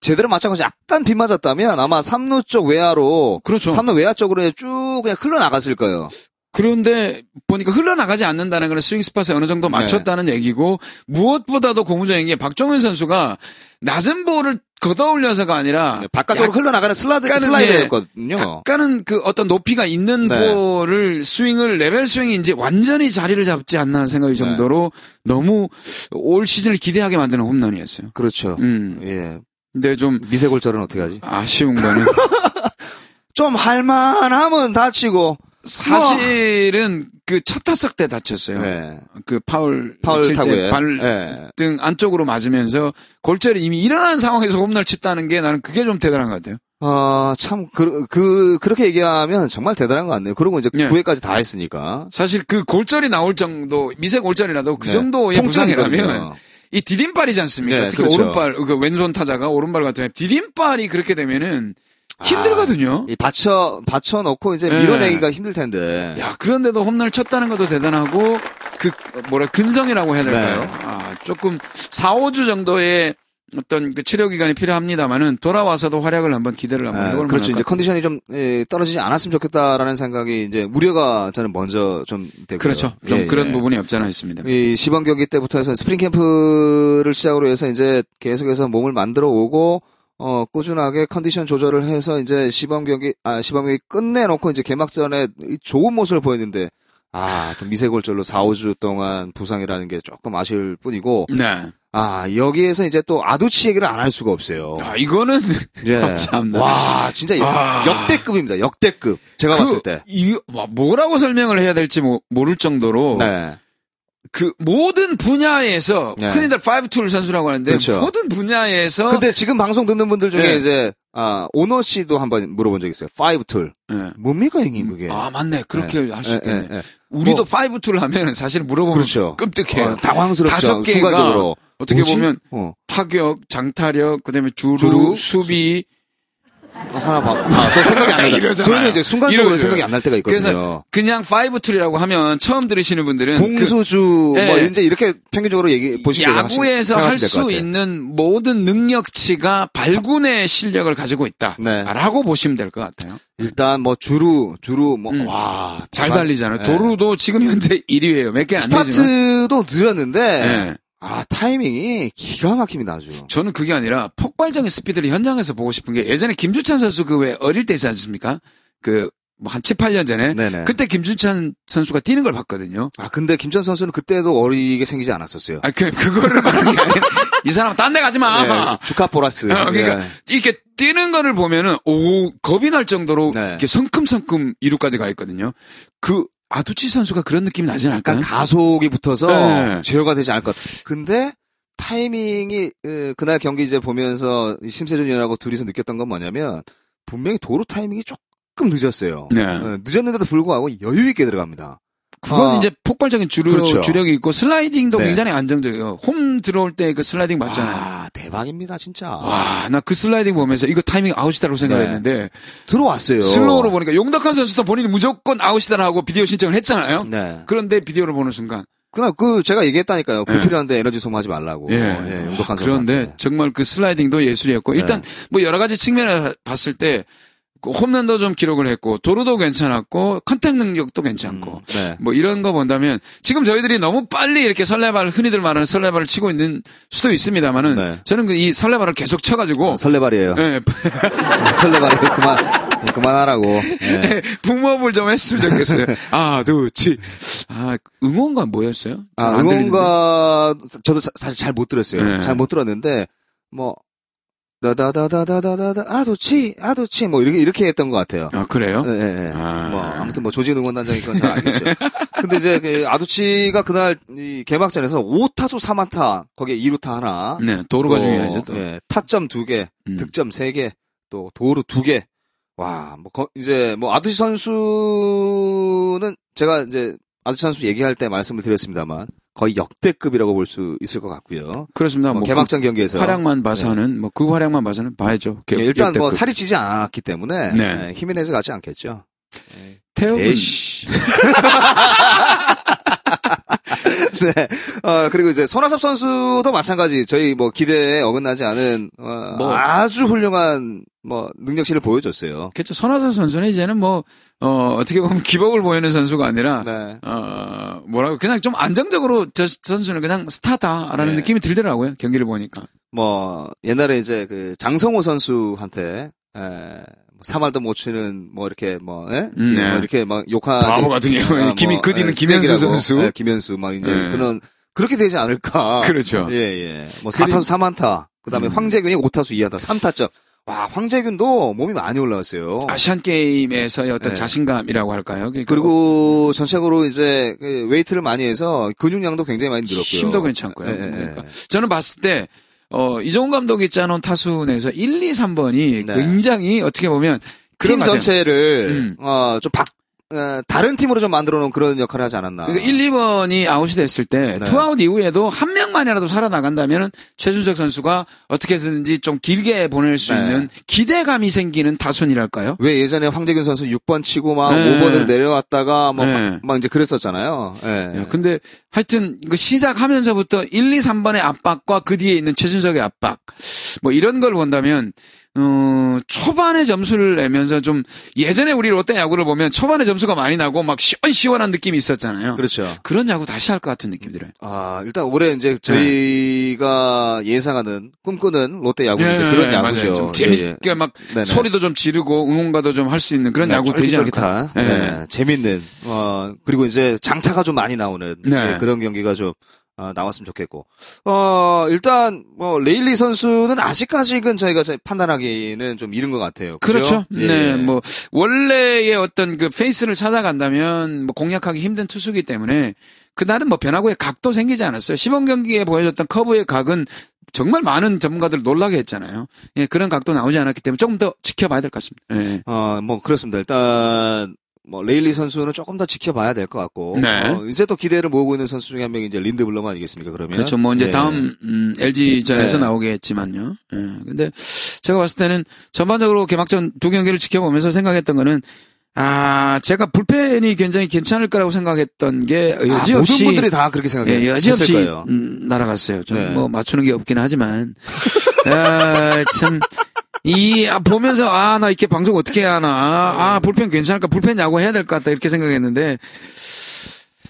제대로 맞춰서 약간 빗 맞았다면 아마 삼루 쪽 외야로 그렇죠. 삼루 외야 쪽으로 쭉 그냥 흘러나갔을 거예요. 그런데 보니까 흘러나가지 않는다는 건 스윙 스팟에 어느 네. 정도 맞췄다는 얘기고 무엇보다도 고무적인 게 박종현 선수가 낮은 볼을 걷어올려서가 아니라 네, 바깥쪽으로 흘러나가는 슬라이드, 약간은 슬라이드였거든요. 약간은 그 어떤 높이가 있는 네. 볼을 스윙을 레벨 스윙이 이제 완전히 자리를 잡지 않나 하는 네. 생각이 정도로 너무 올 시즌을 기대하게 만드는 홈런이었어요. 그렇죠. 음. 예. 근데 좀 미세골절은 어떻게 하지? 아쉬운 거는 좀 할만하면 다치고 사실은 그 첫 타석 때 다쳤어요. 네. 그 파울 파울 칠때 타구에 발- 예. 등 안쪽으로 맞으면서 골절이 이미 일어난 상황에서 홈런을 쳤다는 게 나는 그게 좀 대단한 것 같아요. 어, 아참그 그, 그렇게 얘기하면 정말 대단한 것 같네요. 그러고 이제 예. 구회까지다 했으니까 사실 그 골절이 나올 정도 미세 골절이라도 그 네. 정도의 부상이라면 통증이거든요. 이 디딤발이지 않습니까? 네, 특히 그렇죠. 오른발 그 왼손 타자가 오른발 같은 경우 디딤발이 그렇게 되면은 아, 힘들거든요. 이 받쳐 받쳐 놓고 이제 예. 밀어내기가 힘들 텐데. 야 그런데도 홈런을 쳤다는 것도 대단하고 그 뭐라 근성이라고 해야 될까요? 네. 아 조금 4, 5주 정도의 어떤 그 치료 기간이 필요합니다만은 돌아와서도 활약을 한번 기대를 한번 예, 해볼 그렇죠. 이제 만할 것 같아요. 컨디션이 좀 예, 떨어지지 않았으면 좋겠다라는 생각이 이제 우려가 저는 먼저 좀 되고요. 그렇죠. 좀 예, 그런 예. 부분이 없잖아 있습니다. 이 시범 경기 때부터 해서 스프링 캠프를 시작으로 해서 이제 계속해서 몸을 만들어 오고 어 꾸준하게 컨디션 조절을 해서 이제 시범 경기 아 시범 경기 끝내놓고 이제 개막전에 이 좋은 모습을 보였는데 아또 미세골절로 4, 5주 동안 부상이라는 게 조금 아쉬울 뿐이고 네. 아 여기에서 이제 또 아두치 얘기를 안 할 수가 없어요. 아, 이거는 예. 아, 참나. 와 진짜 역, 아. 대급입니다 역대급 제가 봤을 때. 그 이, 와, 뭐라고 설명을 해야 될지 모, 모를 정도로 네. 그 모든 분야에서 네. 흔히들 5툴 선수라고 하는데 그렇죠. 모든 분야에서 근데 지금 방송 듣는 분들 중에 네. 이제 아 오너 씨도 한번 물어본 적 있어요. 파이브 툴. 예. 뭡니까 형님 그게? 아 맞네 그렇게 할 수 예, 있겠네. 예, 예. 우리도 5툴 하면 사실 물어보면 그렇죠. 끔찍해요. 어, 당황스럽죠. 다섯 개가 순간적으로. 어떻게 뭐지? 보면 어. 타격, 장타력, 그다음에 주루, 주루, 수비 어, 하나 봐. 아, 또 생각이 안 나요. 이러잖아요. 저는 이제 순간적으로 이러죠. 생각이 안 날 때가 있거든요. 그래서 그냥 5툴이라고 하면 처음 들으시는 분들은 그- 공수주 그- 뭐 예. 이제 이렇게 평균적으로 얘기 보시면 야구에서 하시, 할 수 있는 모든 능력치가 발군의 실력을 가지고 네. 있다라고 보시면 될 것 같아요. 일단 뭐 주루 주루 뭐 음. 와. 잘 정말 달리잖아요. 예. 도루도 지금 현재 1위예요. 몇 개 안 되지만. 스타트도 늦었는데 예. 아 타이밍이 기가 막힙니다 아주. 저는 그게 아니라 폭발적인 스피드를 현장에서 보고 싶은 게 예전에 김주찬 선수 그 왜 어릴 때 있지 않습니까? 그 뭐한 7, 8년 전에 네네. 그때 김주찬 선수가 뛰는 걸 봤거든요. 아 근데 김천 선수는 그때도 어리게 생기지 않았었어요. 아, 그, 그거를 말하는 게 아니라 이 사람 딴 데 가지 마! 예, 주카 보라스. 어, 그러니까 예. 이렇게 뛰는 거를 보면은 오 겁이 날 정도로 네. 이렇게 성큼성큼 2루까지 가 있거든요. 그 아두치 선수가 그런 느낌이 나진 않을까요? 약간 가속이 붙어서 네. 제어가 되지 않을 것 같아요. 근데 타이밍이 에, 그날 경기 이제 보면서 이 심세준 위원하고 둘이서 느꼈던 건 뭐냐면 분명히 도로 타이밍이 조금 늦었어요. 네. 어, 늦었는데도 불구하고 여유 있게 들어갑니다. 그건 아, 이제 폭발적인 주력 그렇죠. 주력이 있고 슬라이딩도 네. 굉장히 안정적이에요. 홈 들어올 때 그 슬라이딩 봤잖아요. 아, 대박입니다 진짜. 와 나 그 슬라이딩 보면서 이거 타이밍 아웃이다라고 네. 생각했는데 들어왔어요. 슬로우로 보니까 용덕한 선수도 본인이 무조건 아웃이다라고 비디오 신청을 했잖아요. 네. 그런데 비디오를 보는 순간 그날 그 제가 얘기했다니까요. 불필요한데 에너지 소모하지 말라고. 네. 예. 예, 아, 용독한 그런데 선수한테. 정말 그 슬라이딩도 예술이었고 일단 뭐 여러 가지 측면을 봤을 때그 홈런도 좀 기록을 했고 도루도 괜찮았고 컨택 능력도 괜찮고 네. 뭐 이런 거 본다면 지금 저희들이 너무 빨리 이렇게 설레발 흔히들 말하는 설레발을 치고 있는 수도 있습니다만은 네. 저는 그 이 설레발을 계속 쳐가지고 설레발이에요. 예, 설레발이 그만 네, 그만하라고. 예. 붐업을 좀 했으면 좋겠어요. 아, 두치. 아, 응원가 뭐였어요? 아, 잘안 들리는데. 응원가 저도 사- 사실 잘 못 들었어요. 네. 잘 못 들었는데 뭐 다다다다다다다 아도치 아도치 뭐 이렇게 이렇게 했던 것 같아요. 아, 그래요? 예, 예, 예. 아. 뭐 아무튼 뭐 조지 응원단장이건 잘 알겠죠. 근데 이제 그 아두치가 그날 이 개막전에서 5타수 3안타 거기에 2루타 하나. 네, 도루가 또, 중요하죠. 또. 예, 타점 2개, 음. 득점 3개, 또 도루 2개. 와, 뭐 거- 이제 뭐 아두치 선수는 제가 이제 아두치 선수 얘기할 때 말씀을 드렸습니다만 거의 역대급이라고 볼 수 있을 것 같고요. 그렇습니다. 뭐 뭐 개막전 그 경기에서 활약만 봐서는 뭐 그 활약만 봐서는 봐야죠. 개- 예, 네. 일단 뭐 역대급. 살이 찌지 않았기 때문에 네. 예, 히메네즈 같지 않겠죠. 태욱은 에이씨. 음. 네. 어, 그리고 이제 손아섭 선수도 마찬가지 저희 뭐 기대에 어긋나지 않은 어, 뭐. 아주 훌륭한 뭐 능력치를 보여줬어요. 그렇죠. 손아섭 선수는 이제는 뭐 어, 어떻게 보면 기복을 보이는 선수가 아니라 네. 어, 뭐라고 그냥 좀 안정적으로 저 선수는 그냥 스타다라는 네. 느낌이 들더라고요. 경기를 보니까. 뭐 옛날에 이제 그 장성호 선수한테 에, 뭐 사말도 못 치는 뭐 이렇게 뭐, 예? 음, 네. 뭐 이렇게 막 욕하 바보 같은 경우에 김이 끝이는 김현수 선수. 김현수 막 이제 네. 그런 그렇게 되지 않을까. 그렇죠. 예, 예. 뭐 4타수 3안타. 그다음에 황재균이 5타수 2안타 3타점. 와, 황재균도 몸이 많이 올라왔어요. 아시안 게임에서의 어떤 네. 자신감이라고 할까요? 그러니까 그리고 전체적으로 이제 그 웨이트를 많이 해서 근육량도 굉장히 많이 늘었고요. 힘도 괜찮고요. 예, 예, 그러니까 예. 저는 봤을 때 어, 이종훈 감독이 짜놓은 타수 내에서 1, 2, 3번이 네. 굉장히 어떻게 보면 팀 그런 전체 전체를 음. 어, 좀 박, 어, 다른 팀으로 좀 만들어 놓은 그런 역할을 하지 않았나. 그러니까 1, 2번이 아웃이 됐을 때 네. 투아웃 이후에도 한 명만이라도 살아나간다면 최준석 선수가 어떻게 해서든지 좀 길게 보낼 수 네. 있는 기대감이 생기는 타순이랄까요? 왜 예전에 황재균 선수 6번 치고 막 네. 5번으로 내려왔다가 뭐 막, 네. 막 이제 그랬었잖아요. 예. 야, 근데 하여튼 그 시작하면서부터 1, 2, 3번의 압박과 그 뒤에 있는 최준석의 압박 뭐 이런 걸 본다면 어, 초반에 점수를 내면서 좀 예전에 우리 롯데 야구를 보면 초반에 점수가 많이 나고 막 시원시원한 느낌이 있었잖아요. 네. 그렇죠. 그런 야구 다시 할 것 같은 느낌 들어요. 아, 일단 올해 이제 저희가 예상하는, 꿈꾸는 롯데 야구 이제 그런 예, 맞아요. 야구죠. 좀 예, 예. 재밌게 막 네네. 소리도 좀 지르고 응원가도 좀 할 수 있는 그런 네, 야구 되지 않을까. 쫄깃쫄깃한, 네, 재밌는, 어, 그리고 이제 장타가 좀 많이 나오는 네. 예, 그런 경기가 좀, 어, 나왔으면 좋겠고. 어, 일단, 뭐, 레일리 선수는 아직까지는 저희가 잘 판단하기는 좀 이른 것 같아요. 그렇죠. 그죠? 예. 네, 뭐 원래의 어떤 그 페이스를 찾아간다면 뭐 공략하기 힘든 투수기 때문에 그날은 뭐 변화구의 각도 생기지 않았어요. 시범 경기에 보여줬던 커브의 각은 정말 많은 전문가들 놀라게 했잖아요. 예, 그런 각도 나오지 않았기 때문에 조금 더 지켜봐야 될 것 같습니다. 예. 어, 뭐, 그렇습니다. 일단, 뭐, 레일리 선수는 조금 더 지켜봐야 될 것 같고. 네. 어, 이제 또 기대를 모으고 있는 선수 중에 한 명이 이제 린드블럼 아니겠습니까, 그러면? 그렇죠. 뭐 이제 예. 다음 음, LG전에서 네. 나오겠지만요. 예. 근데 제가 봤을 때는 전반적으로 개막전 두 경기를 지켜보면서 생각했던 거는 아, 제가 불펜이 굉장히 괜찮을 거라고 생각했던 게 아, 여지없이 모든 분들이 다 그렇게 예, 생각했을 여지없이 거예요. 음, 날아갔어요. 네. 좀뭐 맞추는 게 없긴 하지만 아, 참. 이, 아, 보면서, 아, 나 이렇게 방송 어떻게 해야 하나. 아, 불펜 괜찮을까? 불펜 야구 해야 될 것 같다. 이렇게 생각했는데,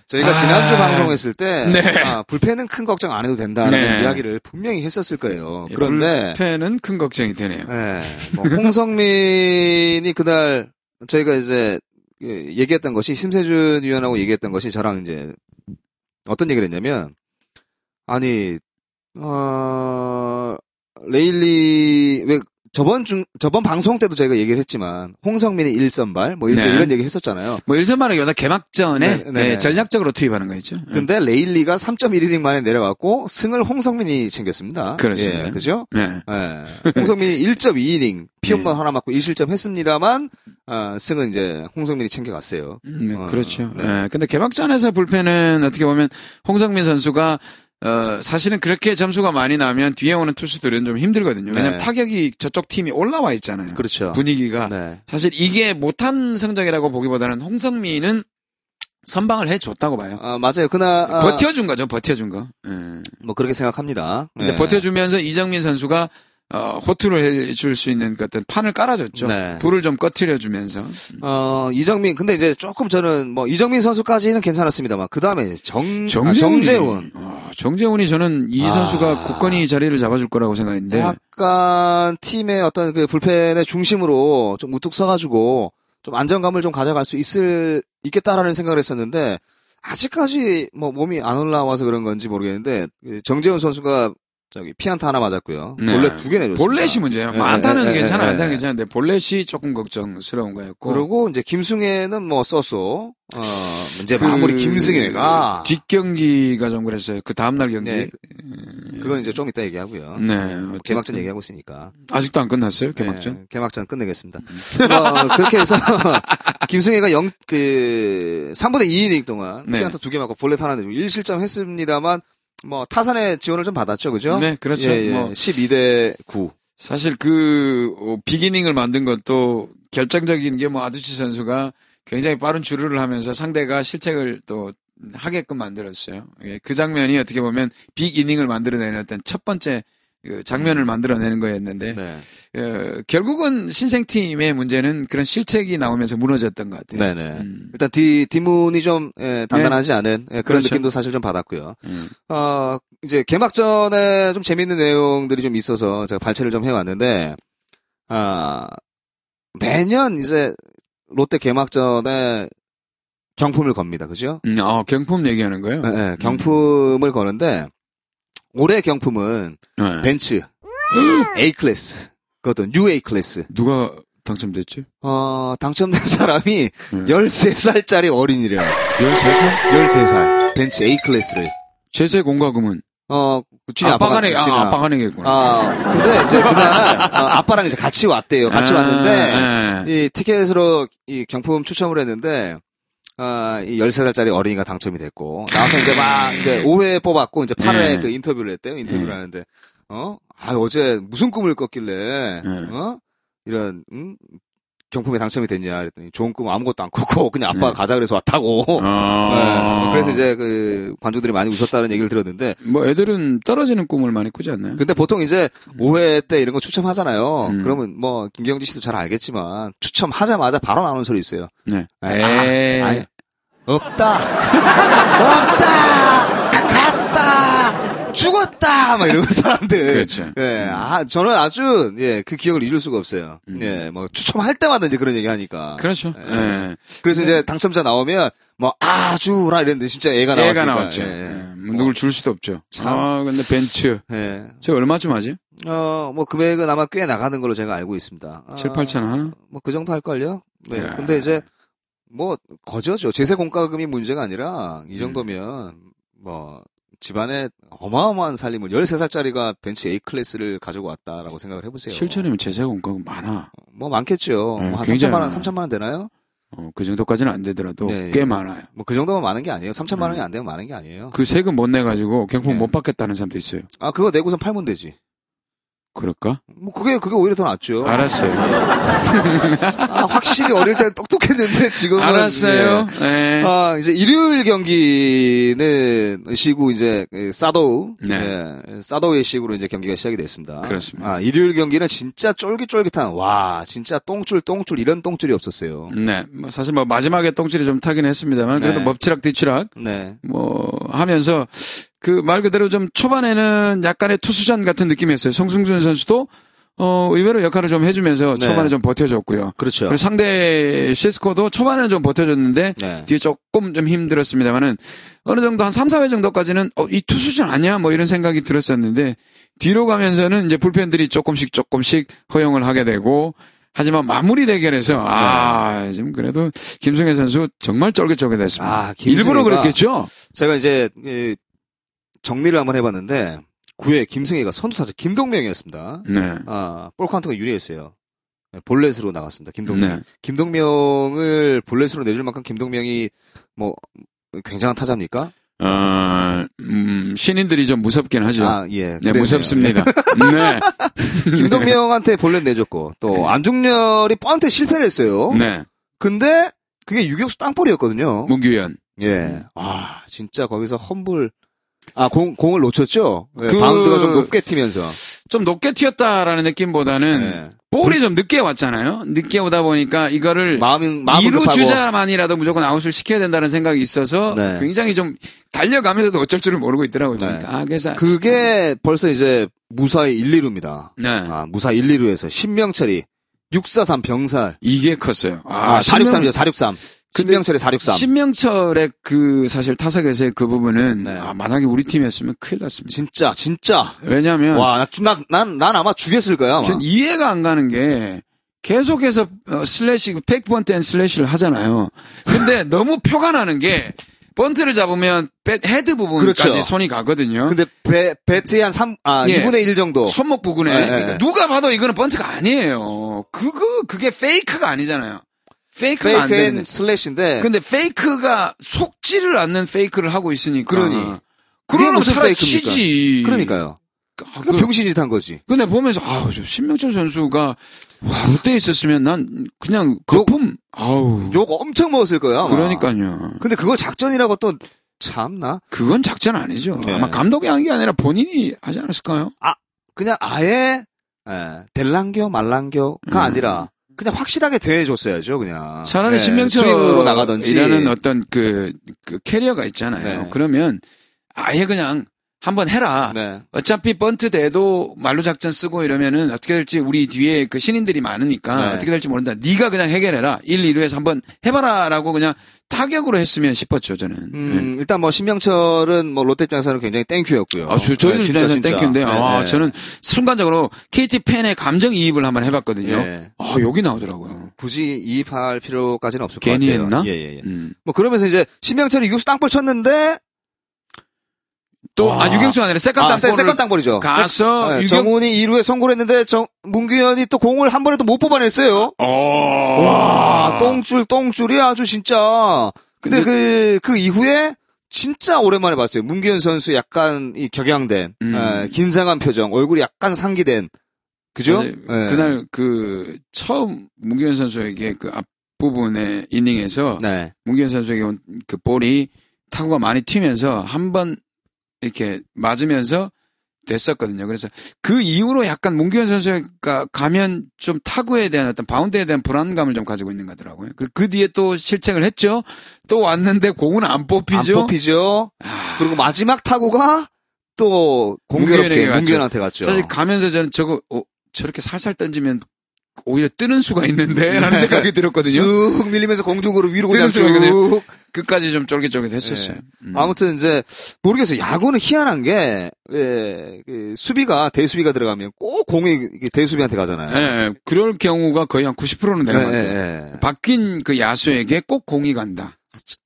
저희가 아. 지난주 방송했을 때 네. 아, 불펜은 큰 걱정 안 해도 된다라는 네. 이야기를 분명히 했었을 거예요. 그런데 불펜은 큰 걱정이 되네요. 예, 뭐 홍성민이 그날 저희가 이제 예, 얘기했던 것이 심세준 위원하고 얘기했던 것이 저랑 이제 어떤 얘기를 했냐면 아니 어, 레일리 왜 저번 중 저번 방송 때도 저희가 얘기를 했지만 홍성민이 일선발뭐 이런 네. 이런 얘기 했었잖아요. 뭐 일선만은 요다 개막전에 네, 네, 그 예, 네. 전략적으로 투입하는 거였죠. 근데 레일리가 3.1이닝 만에 내려갔고 승을 홍성민이 챙겼습니다. 그렇습니다. 예, 그죠? 네. 예. 홍성민이 1.2이닝 피홈런 네. 하나 맞고 1실점 했습니다만 아, 승은 이제 홍성민이 챙겨갔어요. 음, 어, 그렇죠. 네. 예, 근데 개막전에서 불펜은 어떻게 보면 홍성민 선수가 어, 사실은 그렇게 점수가 많이 나면 뒤에 오는 투수들은 좀 힘들거든요. 왜냐면 네. 타격이 저쪽 팀이 올라와 있잖아요. 그렇죠. 분위기가. 네. 사실 이게 못한 성적이라고 보기보다는 홍성민은 선방을 해줬다고 봐요. 아, 맞아요. 그날 아, 버텨준 거죠, 버텨준 거. 예. 뭐 그렇게 생각합니다. 근데 예. 버텨주면서 이정민 선수가 어, 호투를 해줄 수 있는 그 어떤 판을 깔아줬죠. 네. 불을 좀 꺼트려주면서. 어, 이정민 근데 이제 조금 저는 뭐 이정민 선수까지는 괜찮았습니다만 그다음에 아, 정 정재훈이, 정재훈 아, 정재훈이 저는 이 아. 선수가 굳건히 자리를 잡아줄 거라고 생각했는데 약간 팀의 어떤 그 불펜의 중심으로 좀 우뚝 서가지고 좀 안정감을 좀 가져갈 수 있을 있겠다라는 생각을 했었는데 아직까지 뭐 몸이 안 올라와서 그런 건지 모르겠는데 그 정재훈 선수가 저기 피안타 하나 맞았고요. 네. 본래 두 개내줬습니다. 볼넷이 문제예요. 예, 뭐 안타는 예, 예, 괜찮아, 예, 안타는 예. 괜찮은데 볼넷이 조금 걱정스러운 거였고. 그리고 이제 김승혜는 뭐 썼어. 어, 이제 그 마무리 김승혜가 뒷경기가 좀 그랬어요. 그 다음날 경기. 네. 네. 그건 이제 좀 이따 얘기하고요. 어쨌든 개막전 얘기하고 있으니까. 아직도 안 끝났어요, 개막전. 음. 네, 개막전 끝내겠습니다. 어, 그렇게 해서 김승혜가 0, 그 3분의 2이닝 동안 네. 피안타 두 개 맞고 볼넷 하나 내고 1실점 했습니다만 뭐 타선의 지원을 좀 받았죠. 그죠? 네, 그렇죠. 예, 예. 뭐 12대 9. 사실 그 어, 비기닝을 만든 것도 결정적인 게 뭐 아두치 선수가 굉장히 빠른 주루를 하면서 상대가 실책을 또 하게끔 만들었어요. 예, 그 장면이 어떻게 보면 빅 이닝을 만들어내는 어떤 첫 번째 그 장면을 만들어내는 거였는데 음. 네. 어, 결국은 신생팀의 문제는 그런 실책이 나오면서 무너졌던 것 네, 같아요. 네. 음. 일단 뒤 뒷문이 좀 예, 단단하지 않은 예, 그런 그렇죠. 느낌도 사실 좀 받았고요. 음. 어, 이제 개막전에 좀 재밌는 내용들이 좀 있어서 제가 발췌를 좀 해왔는데 아 매년 이제 롯데 개막전에 경품을 겁니다, 그죠? 음, 어, 경품 얘기하는 거예요? 예, 예, 경품을 거는데 올해 경품은 네. 벤츠 A 클래스, 그것도 뉴 A 클래스. 누가 당첨됐지? 어 당첨된 사람이 음. 13살짜리 어린이래요. 13살? 13살 벤츠 A 클래스를 제세 공과금은? 어 주인 아빠가 내, 주인 아, 아빠가 내겠구나. 아 근데 이제 그날 어, 아빠랑 이제 같이 왔대요 같이 아, 왔는데 예. 이 티켓으로 이 경품 추첨을 했는데 아이 13살짜리 어린이가 당첨이 됐고 나와서 이제 막 이제 5회 뽑았고 이제 8회 예. 그 인터뷰를 했대요 인터뷰를 예. 하는데 어 아, 어제 무슨 꿈을 꿨길래 예. 어 이런 음 경품에 당첨이 됐냐 그랬더니 좋은 꿈 아무것도 안 꿨고 그냥 아빠가 가자 그래서 왔다고 아. 어. 네. 그래서 이제 그 관중들이 많이 웃었다는 얘기를 들었는데 뭐 애들은 떨어지는 꿈을 많이 꾸지 않나요? 근데 보통 이제 5회 때 이런 거 추첨하잖아요. 음. 그러면 뭐 김경진 씨도 잘 알겠지만 추첨하자마자 바로 나오는 소리 있어요. 네. 아, 에이. 아, 아니, 없다. 없다. 갔다. 죽었다. 막 이러는 사람들. 그렇죠. 예. 아, 저는 아주 예, 그 기억을 잊을 수가 없어요. 음. 예. 뭐 추첨할 때마다 이제 그런 얘기 하니까. 그렇죠. 예. 예. 그래서 이제 당첨자 나오면 뭐 아주라 이랬는데 진짜 애가 나왔으니까. 애가 나왔죠. 예, 예. 예. 뭐 누굴 줄 수도 없죠. 아, 근데 벤츠. 예. 저 얼마쯤 하지? 어, 뭐 금액은 아마 꽤 나가는 걸로 제가 알고 있습니다. 칠 7, 8천 하나? 뭐 그 정도 할걸요? 네. 야. 근데 이제 뭐 거저죠. 제세 공과금이 문제가 아니라 음. 이 정도면 뭐 집안에 어마어마한 살림을 13살짜리가 벤츠 A 클래스를 가지고 왔다라고 생각을 해보세요. 7천이면 제세 공과금 많아. 뭐 많겠죠. 네, 뭐한 굉장히 3천만 원, 많아요. 3천만 원 되나요? 어, 그 정도까지는 안 되더라도 예, 예. 꽤 많아요. 뭐 그 정도면 많은 게 아니에요. 3천만 원이 네. 안 되면 많은 게 아니에요. 그 세금 못 내가지고 경품 네. 못 받겠다는 사람도 있어요. 아 그거 내고선 팔면 되지. 그럴까? 뭐 그게 그게 오히려 더 낫죠. 알았어요. 아, 확실히 어릴 때 똑똑했는데 지금은 알았어요. 예. 아, 이제 일요일 경기는 시구 이제 그 사도우, 네. 예, 사도우의 시구로 이제 경기가 시작이 됐습니다. 그렇습니다. 아, 일요일 경기는 진짜 쫄깃쫄깃한 와, 진짜 똥줄 똥줄 이런 똥줄이 없었어요. 네. 뭐 사실 뭐 마지막에 똥줄이 좀 타긴 했습니다만 그래도 네. 멈치락 뒤치락 네, 뭐 하면서 그 말 그대로 좀 초반에는 약간의 투수전 같은 느낌이었어요. 송승준 선수도 어 의외로 역할을 좀 해주면서 네. 초반에 좀 버텨줬고요. 그렇죠. 그리고 상대 시스코도 초반에는 좀 버텨줬는데 네. 뒤에 조금 좀 힘들었습니다만은 어느 정도 한 3, 4회 정도까지는 어, 이 투수전 아니야? 뭐 이런 생각이 들었었는데 뒤로 가면서는 이제 불펜들이 조금씩 조금씩 허용을 하게 되고 하지만 마무리 대결에서 아, 지금 그래도 김승혜 선수 정말 쫄깃쫄깃했습니다. 네. 아, 김승혜가- 일부러 그랬겠죠? 제가 이제 예, 정리를 한번 해봤는데 9회 김승희가 선두타자 김동명이었습니다. 네. 아, 볼 카운트가 유리했어요. 네, 볼넷으로 나갔습니다. 김동명. 네. 김동명을 볼넷으로 내줄 만큼 김동명이 뭐 굉장한 타자입니까? 어, 음, 신인들이 좀 무섭긴 하죠. 아, 예. 네, 그랬네요. 무섭습니다. 네. 김동명한테 볼넷 내줬고 또 안중열이 뻔테 실패를 했어요. 네. 뭐, 근데 그게 유격수 땅볼이었거든요. 문규현. 음. 예. 아, 진짜 거기서 험불 아, 공 공을 놓쳤죠. 예, 그- 바운드가 좀 높게 튀면서. 좀 높게 튀었다라는 느낌보다는 예. 볼이 좀 늦게 왔잖아요. 늦게 오다 보니까 이거를 예. 마음이 마음이 이루 급하고. 주자만이라도 무조건 아웃을 시켜야 된다는 생각이 있어서 네. 굉장히 좀 달려가면서도 어쩔 줄을 모르고 있더라고요. 네. 보니까. 아, 그래서 그게 벌써 이제 무사히 1, 2루입니다. 네. 아, 무사 1, 2루에서 신명철이 643 병살. 이게 컸어요. 아, 신명- 463이죠. 463. 근데 신병철의 463. 신명철의 그 사실 타석에서의 그 부분은 네. 아, 만약에 우리 팀이었으면 큰일 났습니다. 진짜 진짜. 왜냐하면 와, 나난난 난 아마 죽였을 거야. 아마. 전 이해가 안 가는 게 계속해서 어, 슬래시 페이크 번트 앤 슬래시를 하잖아요. 근데 너무 표가 나는 게 번트를 잡으면 배- 헤드 부분까지 그렇죠. 손이 가거든요. 근데 배 배트의 한 3, 아, 예. 2분의 1 정도. 손목 부분에 예, 예. 그러니까 누가 봐도 이거는 번트가 아니에요. 그거 그게 페이크가 아니잖아요. 페이크가 안 페이크 되는데. 앤 슬래시인데 근데 페이크가 속지를 않는 페이크를 하고 있으니까. 그러니. 그게 그러면 무슨 차라리 페이크입니까? 치지. 그러니까요. 아, 그 그- 병신짓 한 거지. 근데 보면서 아우 저 신명철 선수가 와, 롯데 있었으면 난 그냥 거품. 아우. 욕 엄청 먹었을 거야. 아마. 음. 그러니까요. 근데 그걸 작전이라고 또 참나. 그건 작전 아니죠. 예. 아마 감독이 한 게 아니라 본인이 하지 않았을까요? 그냥 아예 예, 델랑교 말랑교가 음. 아니라 그냥 확실하게 대해줬어야죠. 그냥 차라리 예, 스윙으로 나가든지 신명철이라는 어떤 그, 그 캐리어가 있잖아요. 네. 그러면 아예 그냥 한번 해라. 네. 어차피 번트 대도 말로 작전 쓰고 이러면은 어떻게 될지 우리 뒤에 그 신인들이 많으니까 네. 어떻게 될지 모른다. 네가 그냥 해결해라. 1, 2루에서 한번 해봐라라고 그냥 타격으로 했으면 싶었죠 저는. 예. 음, 일단 뭐 신명철은 뭐 롯데 입장에서는 굉장히 땡큐였고요. 네. 아, 저, 저희는 네, 입장에서는 땡큐인데, 네, 아, 네. 저는 순간적으로 KT 팬의 감정 이입을 한번 해봤거든요. 예. 아, 여기 나오더라고요. 굳이 이입할 필요까지는 없을 괜히 것 같아요. 했나? 예, 예, 예. 음. 뭐 그러면서 이제 신명철이 유격수 땅볼 쳤는데 또, 와. 아, 유격수가 아니라 세컨 아, 땅볼을 세- 세컨 땅볼이죠. 가서 네, 유격- 정훈이 2루에 성공을 했는데 정, 문규현이 또 공을 한 번에도 못 뽑아냈어요. 와, 똥줄 똥줄이 아주 진짜. 근데 근데- 그그 이후에 진짜 오랜만에 봤어요. 문규현 선수 약간 이 격양된 음. 예, 긴장한 표정, 얼굴이 약간 상기된 그죠? 사실 예. 그날 그, 처음 문기현 선수에게 그 앞부분의 이닝에서 네. 문기현 선수에게 온 그 볼이 타구가 많이 튀면서 한 번 이렇게 맞으면서 됐었거든요. 그래서 그 이후로 약간 문기현 선수가 가면 좀 타구에 대한 어떤 바운드에 대한 불안감을 좀 가지고 있는 거더라고요. 그리고 그 뒤에 또 실책을 했죠. 또 왔는데 공은 안 뽑히죠. 안 뽑히죠. 아, 그리고 마지막 타구가 또 문규현에게 공교롭게 갔죠. 문규현한테 갔죠. 사실 가면서 저는 저거 어, 저렇게 살살 던지면 오히려 뜨는 수가 있는데라는 생각이 들었거든요. 쑥 밀리면서 공중으로 위로 그냥 뜨는 소리가 쭉. 끝까지 좀 쫄깃쫄깃했었어요. 음. 아무튼 이제 모르겠어요. 야구는 희한한 게 예, 그 수비가 대수비가 들어가면 꼭 공이 이게 대수비한테 가잖아요. 예, 예, 그럴 경우가 거의 한 90%는 되는 것 예, 같아요. 예, 예. 바뀐 그 야수에게 꼭 공이 간다.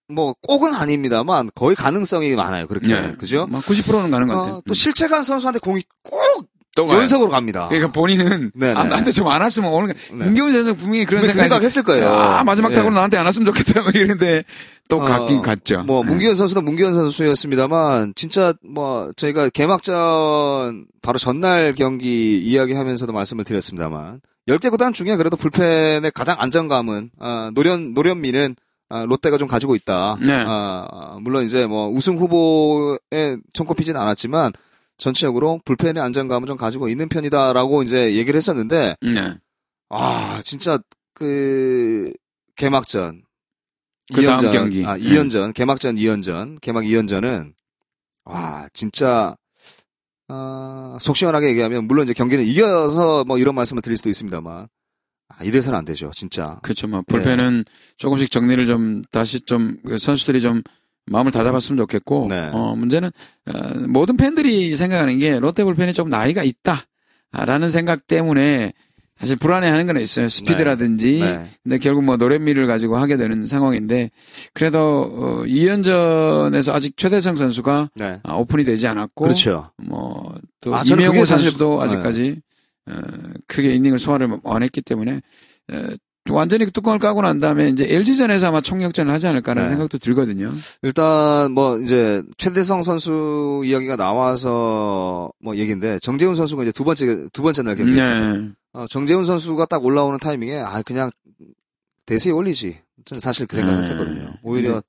뭐 꼭은 아닙니다만 거의 가능성이 많아요. 그렇게 예. 그죠? 막 90%는 가는 것 같아요. 음. 어, 또 실책한 선수한테 공이 꼭 또 가요. 연속으로 갑니다. 그러니까 본인은 네, 네. 아, 나한테 좀 안 왔으면 오늘 네. 문경훈 선수 분명히 그런 분명히 그 생각 생각했을 거예요. 아 마지막 예. 타구는 나한테 안 왔으면 좋겠다 막 이랬는데 어, 또 갔긴 갔죠. 뭐 예. 문기현 선수도 문기현 선수였습니다만 진짜 뭐 저희가 개막전 바로 전날 경기 이야기하면서도 말씀을 드렸습니다만 열대 구단 중에 그래도 불펜의 가장 안정감은 아, 노련 노련미는 아, 롯데가 좀 가지고 있다. 네. 아, 물론 이제 뭐 우승 후보에 손꼽히진 않았지만 전체적으로 불펜의 안정감은 좀 가지고 있는 편이다라고 이제 얘기를 했었는데 네. 아, 진짜 그 개막전 그 다음 이연전, 경기. 아, 예. 2연전, 개막전 2연전, 개막 2연전은 와, 진짜 아, 속 시원하게 얘기하면 물론 이제 경기는 이겨서 뭐 이런 말씀을 드릴 수도 있습니다만 아, 이래서는 안 되죠, 진짜. 그렇죠. 뭐 불펜은 조금씩 정리를 좀 다시 좀그 선수들이 좀 마음을 다잡았으면 좋겠고 네. 어 문제는 어, 모든 팬들이 생각하는 게 롯데 불펜이 좀 나이가 있다라는 생각 때문에 사실 불안해하는 건 있어요. 스피드라든지 네. 근데 결국 뭐 노랫미를 가지고 하게 되는 상황인데 그래도 어 2연전에서 아직 최대성 선수가 네. 아, 오픈이 되지 않았고 그렇죠. 뭐또 아, 저는 이명호 그게 사실- 선수도 네. 아직까지 어, 크게 이닝을 소화를 안 했기 때문에 어, 완전히 그 뚜껑을 까고 난 다음에 이제 LG전에서 아마 총력전을 하지 않을까라는 네. 생각도 들거든요. 일단 뭐 이제 최대성 선수 이야기가 나와서 뭐 얘기인데 정재훈 선수가 이제 두 번째 두 번째 날 경기였어요. 네. 어, 정재훈 선수가 딱 올라오는 타이밍에 아 그냥 대세에 올리지. 저는 사실 그 네. 생각했었거든요. 오히려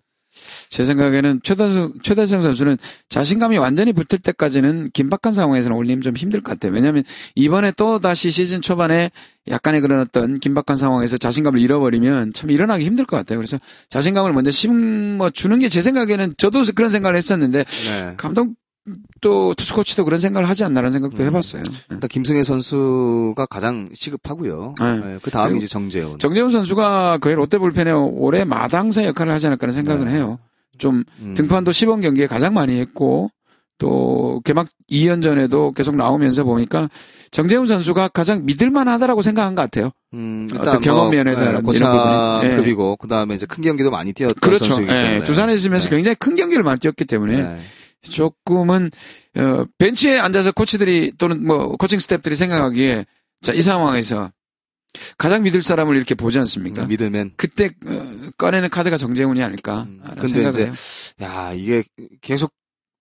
제 생각에는 최다성, 최다성 선수는 자신감이 완전히 붙을 때까지는 긴박한 상황에서는 올리면 좀 힘들 것 같아요. 왜냐하면 이번에 또 다시 시즌 초반에 약간의 그런 어떤 긴박한 상황에서 자신감을 잃어버리면 참 일어나기 힘들 것 같아요. 그래서 자신감을 먼저 심어주는 게 제 생각에는 저도 그런 생각을 했었는데 네. 감독 또 투수 코치도 그런 생각을 하지 않나라는 생각도 음. 해봤어요. 예. 일단 김승혜 선수가 가장 시급하고요. 네. 그 다음이 그리고 이제 정재훈. 정재훈 선수가 거의 롯데 불펜에 올해 마당사 역할을 하지 않을까라는 생각을 네. 해요. 좀 음. 등판도 시범 경기에 가장 많이 했고 또 개막 2연전에도 계속 나오면서 보니까 정재훈 선수가 가장 믿을만하다라고 생각한 것 같아요. 음, 네, 어떤 경험 면에서 이런 부분이. 예. 고차급이고 그 다음에 이제 큰 경기도 많이 뛰었던 선수이기 예, 때문에 두산에 있으면서 네. 굉장히 큰 경기를 많이 뛰었기 때문에 네. 조금은 어, 벤치에 앉아서 코치들이 또는 뭐 코칭 스태프들이 생각하기에 자 이 상황에서 가장 믿을 사람을 이렇게 보지 않습니까? 믿으면 그때 어, 꺼내는 카드가 정재훈이 아닐까 음, 라는 근데 생각을 이제 해요. 야 이게 계속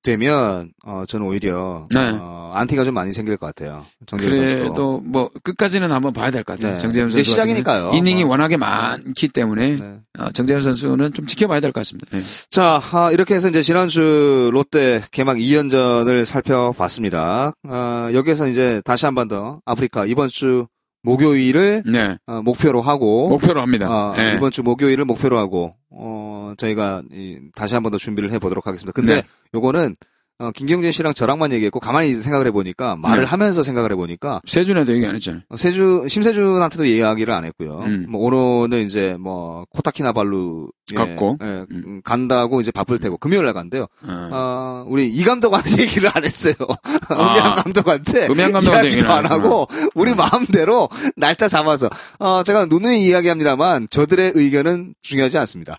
되면 어 저는 오히려 네. 어, 안티가 좀 많이 생길 것 같아요. 정재훈 선수도. 그래도 뭐 끝까지는 한번 봐야 될 것 같아요. 네. 정재훈 이제 선수 같은 시작이니까요. 경우는 이닝이 뭐. 워낙에 많기 때문에 네. 어, 정재훈 선수는 좀 지켜봐야 될 것 같습니다. 네. 자, 아, 이렇게 해서 이제 지난주 롯데 개막 2연전을 살펴봤습니다. 아, 여기에서 이제 다시 한 번 더 아프리카 이번 주 목요일을 네, 어, 목표로 하고 목표로 합니다. 아, 네. 이번 주 목요일을 목표로 하고 어, 저희가 이, 다시 한 번 더 준비를 해보도록 하겠습니다. 근데 네. 요거는 어, 김경진 씨랑 저랑만 얘기했고 가만히 생각을 해보니까 말을 네. 하면서 생각을 해보니까 세준에도 얘기 안 했잖아요. 세주 심세준한테도 이야기를 안 했고요. 음. 뭐 오늘은 이제 뭐 코타키나발루 예, 음, 갔고. 음. 간다고 이제 바쁠 테고 금요일 날 간대요. 어. 아, 우리 이 감독한테 얘기를 안 했어요. 음양 감독한테. 아. 음향 감독한테 이야기도 얘기를 안안 하고, 우리 마음대로 날짜 잡아서. 어, 제가 누누이 이야기합니다만, 저들의 의견은 중요하지 않습니다.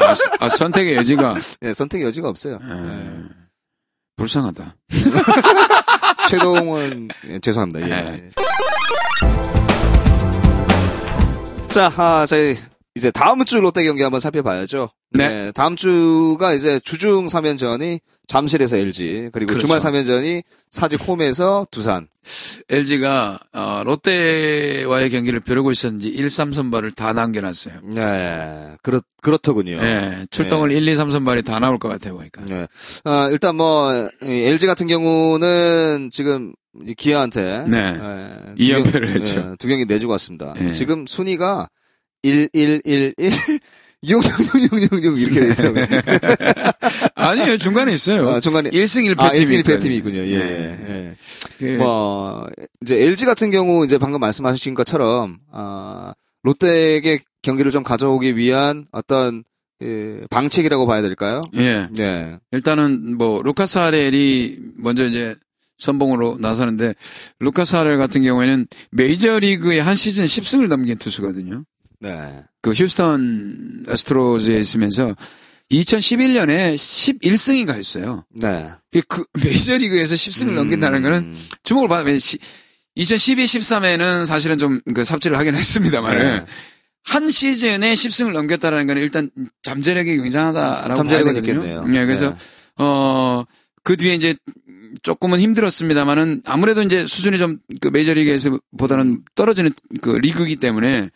아, 스- 아, 선택의 여지가 예, 선택의 여지가 음. 없어요. 네. 에, 불쌍하다. 최동원, 예, 죄송합니다. 예. 네. 자, 아, 저희 이제 다음 주 롯데 경기 한번 살펴봐야죠. 네. 다음 주가 이제 주중 3연전이 잠실에서 LG, 그리고 그렇죠. 주말 3연전이 사직 홈에서 두산. LG가 어, 롯데와의 경기를 벼르고 있었는지 1, 3선발을 다 남겨놨어요. 네. 예, 그렇, 그렇더군요. 예, 출동을 1, 2, 3선발이 다 나올 것 같아요, 보니까. 예. 아, 일단 뭐, 이 LG 같은 경우는 지금 이 기아한테. 네. 예, 이 두 경- 연패를 했죠. 예, 두 경기 내주고 왔습니다. 예. 지금 순위가 1, 1, 1, 1. 66666 이렇게 네. 되죠. 아니에요, 중간에 있어요. 아, 중간에 1승 1패 아, 팀이 1승 1패 있거든요. 팀이 있군요. 예. 예. 예. 그, 뭐 이제 LG 같은 경우 이제 방금 말씀하신 것처럼 아, 롯데에게 경기를 좀 가져오기 위한 어떤 예, 방책이라고 봐야 될까요? 예. 예. 일단은 뭐 루카스 아렐이 먼저 이제 선봉으로 나서는데 루카스 아렐 같은 경우에는 메이저리그의 한 시즌 10승을 넘긴 투수거든요. 네. 그 휴스턴 에스트로즈에 있으면서 2011년에 11승인가 했어요. 네. 그- 그 메이저리그에서 10승을 음. 넘긴다는 거는 주목을 받아 2012, 13에는 사실은 좀 그 삽질을 하긴 했습니다만은 네. 한 시즌에 10승을 넘겼다는 거는 일단 잠재력이 굉장하다라고 잠재력이 봐야 되거든요. 있겠네요. 예, 그래서 어, 그 뒤에 이제 조금은 힘들었습니다만은 아무래도 이제 수준이 좀 그 메이저리그에서 보다는 떨어지는 그 리그이기 때문에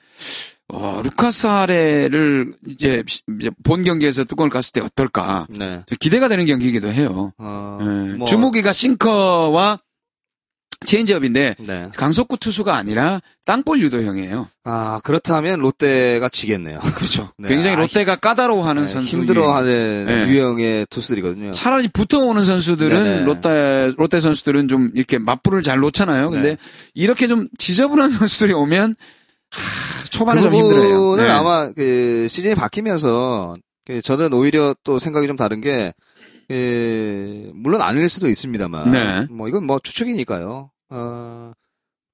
어, 루카스 하레를 이제, 시- 이제 본 경기에서 뚜껑을 갔을 때 어떨까. 네. 저 기대가 되는 경기이기도 해요. 어, 예, 뭐, 주무기가 싱커와 체인지업인데 네. 강속구 투수가 아니라 땅볼 유도형이에요. 아, 그렇다면 롯데가 지겠네요. 그렇죠. 네, 굉장히 아, 롯데가 까다로워하는 네, 선수. 힘들어하는 예. 유형의 투수들이거든요. 차라리 붙어오는 선수들은 네네. 롯데 롯데 선수들은 좀 이렇게 맞불을 잘 놓잖아요. 근데 네. 이렇게 좀 지저분한 선수들이 오면 하, 초반에 좀 힘들어요. 그분은 네. 아마 그 시즌이 바뀌면서 그 저는 오히려 또 생각이 좀 다른 게 예, 물론 아닐 수도 있습니다만 네. 뭐 이건 뭐 추측이니까요. 어,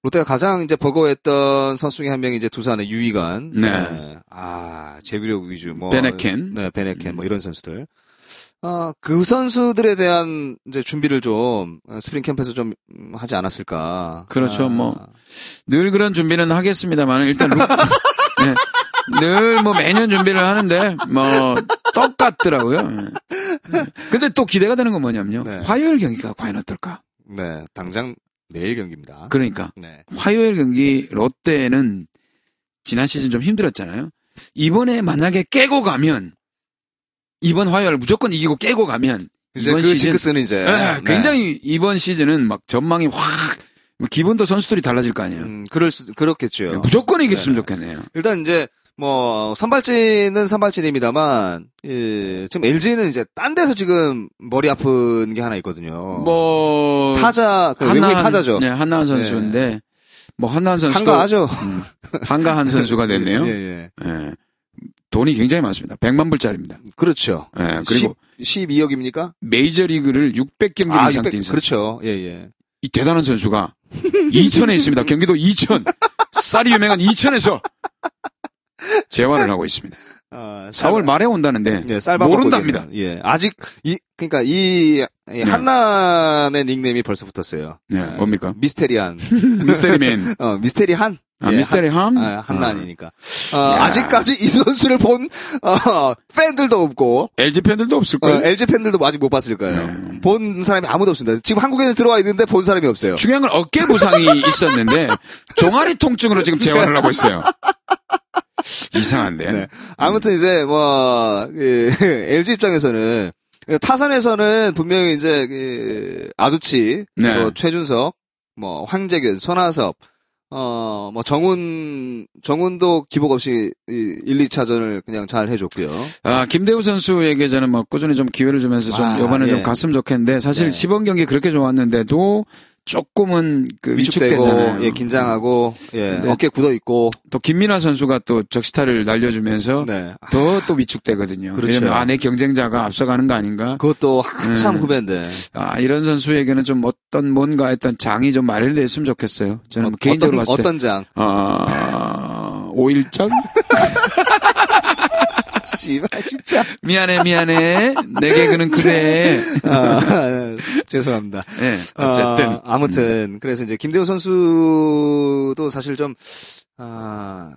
롯데가 가장 이제 버거워했던 선수 중에 한 명이 이제 두산의 유이간, 네. 아 제구력 위주, 뭐 베네켄. 음. 네 베네켄 뭐 이런 선수들. 아, 그 선수들에 대한 이제 준비를 좀 어, 스프링 캠프에서 좀 음, 하지 않았을까. 그렇죠, 아, 뭐. 늘 그런 준비는 하겠습니다만 일단 루- 네. 늘 뭐 매년 준비를 하는데 뭐 똑같더라고요. 네. 근데 또 기대가 되는 건 뭐냐면요. 네. 화요일 경기가 과연 어떨까? 네, 당장 내일 경기입니다. 그러니까 네. 화요일 경기 롯데는 지난 시즌 좀 힘들었잖아요. 이번에 만약에 깨고 가면 이번 화요일 무조건 이기고 깨고 가면 이제 이번 그 시즌- 지크스는 이제 네. 에, 굉장히 이번 시즌은 막 전망이 확뭐 기분도 선수들이 달라질 거 네. 아니에요. 음, 그럴 수 그렇겠죠. 예, 무조건 이겼으면 네네. 좋겠네요. 일단 이제 뭐 선발진은 선발진입니다만 예, 지금 LG는 이제 딴 데서 지금 머리 아픈 게 하나 있거든요. 뭐 어. 타자 그 외국인 타자죠. 네, 한나한 선수인데 뭐 한나한 선수 한가하죠. 한가한 선수가 됐네요. 예, 예. 예. 돈이 굉장히 많습니다. 100만 불짜리입니다. 그렇죠. 예. 그리고 10, 12억입니까? 메이저리그를 600경기 이상 뛴 선수. 그렇죠. 예, 예. 이 대단한 선수가 이천에 있습니다. 경기도 이천. 쌀이 유명한 이천에서 재활을 하고 있습니다. 아, 4월 말에 온다는데 예, 쌀밥 모른답니다. 먹고 있는, 예. 아직 이 그러니까 이 한란의 닉네임이 벌써 붙었어요. 네, 예, 뭡니까? 미스테리한. 미스테리맨. 어, 미스테리 한. 아, 예, 미스테리 예. 함? 한, 아, 한란이니까. 어, 야. 아직까지 이 선수를 본 어, 팬들도 없고 아, LG 팬들도 어, 없을걸? LG 팬들도 아직 못 봤을 거예요. 네. 본 사람이 아무도 없습니다. 지금 한국에는 들어와 있는데 본 사람이 없어요. 중요한 건 어깨 부상이 있었는데 종아리 통증으로 지금 재활을 하고 있어요. 이상한데. 네. 아무튼 이제 뭐 그, LG 입장에서는 타선에서는 분명히 이제 그, 아두치, 네. 뭐 최준석, 뭐 황재균, 손아섭, 어뭐 정훈 정훈도 기복 없이 이 1, 2차전을 그냥 잘 해줬고요. 아, 김대우 선수에게 저는 뭐 꾸준히 좀 기회를 주면서 좀 와, 이번에 예. 좀 갔으면 좋겠는데 사실 네. 시범 경기 그렇게 좋았는데도 조금은 그 위축되잖아요. 음. 위축되고 예, 긴장하고 예, 근데- 어깨 굳어 있고 또 김민아 선수가 또 적시타를 날려주면서 네. 더 또 위축되거든요. 그렇죠. 왜냐면 아, 내 경쟁자가 앞서가는 거 아닌가? 그것도 한참 음. 후배인데 아, 이런 선수에게는 좀 어떤 뭔가 했던 장이 좀 마련됐으면 좋겠어요. 저는 뭐 개인적으로 어떤, 봤을 때 어떤 장 아, 오일장? 씨발 진짜 미안해, 미안해. 내 개그는 그래. 아, 죄송합니다. 예. 어쨌든 음. 아, 아무튼 그래서 이제 김대호 선수도 사실 좀 아,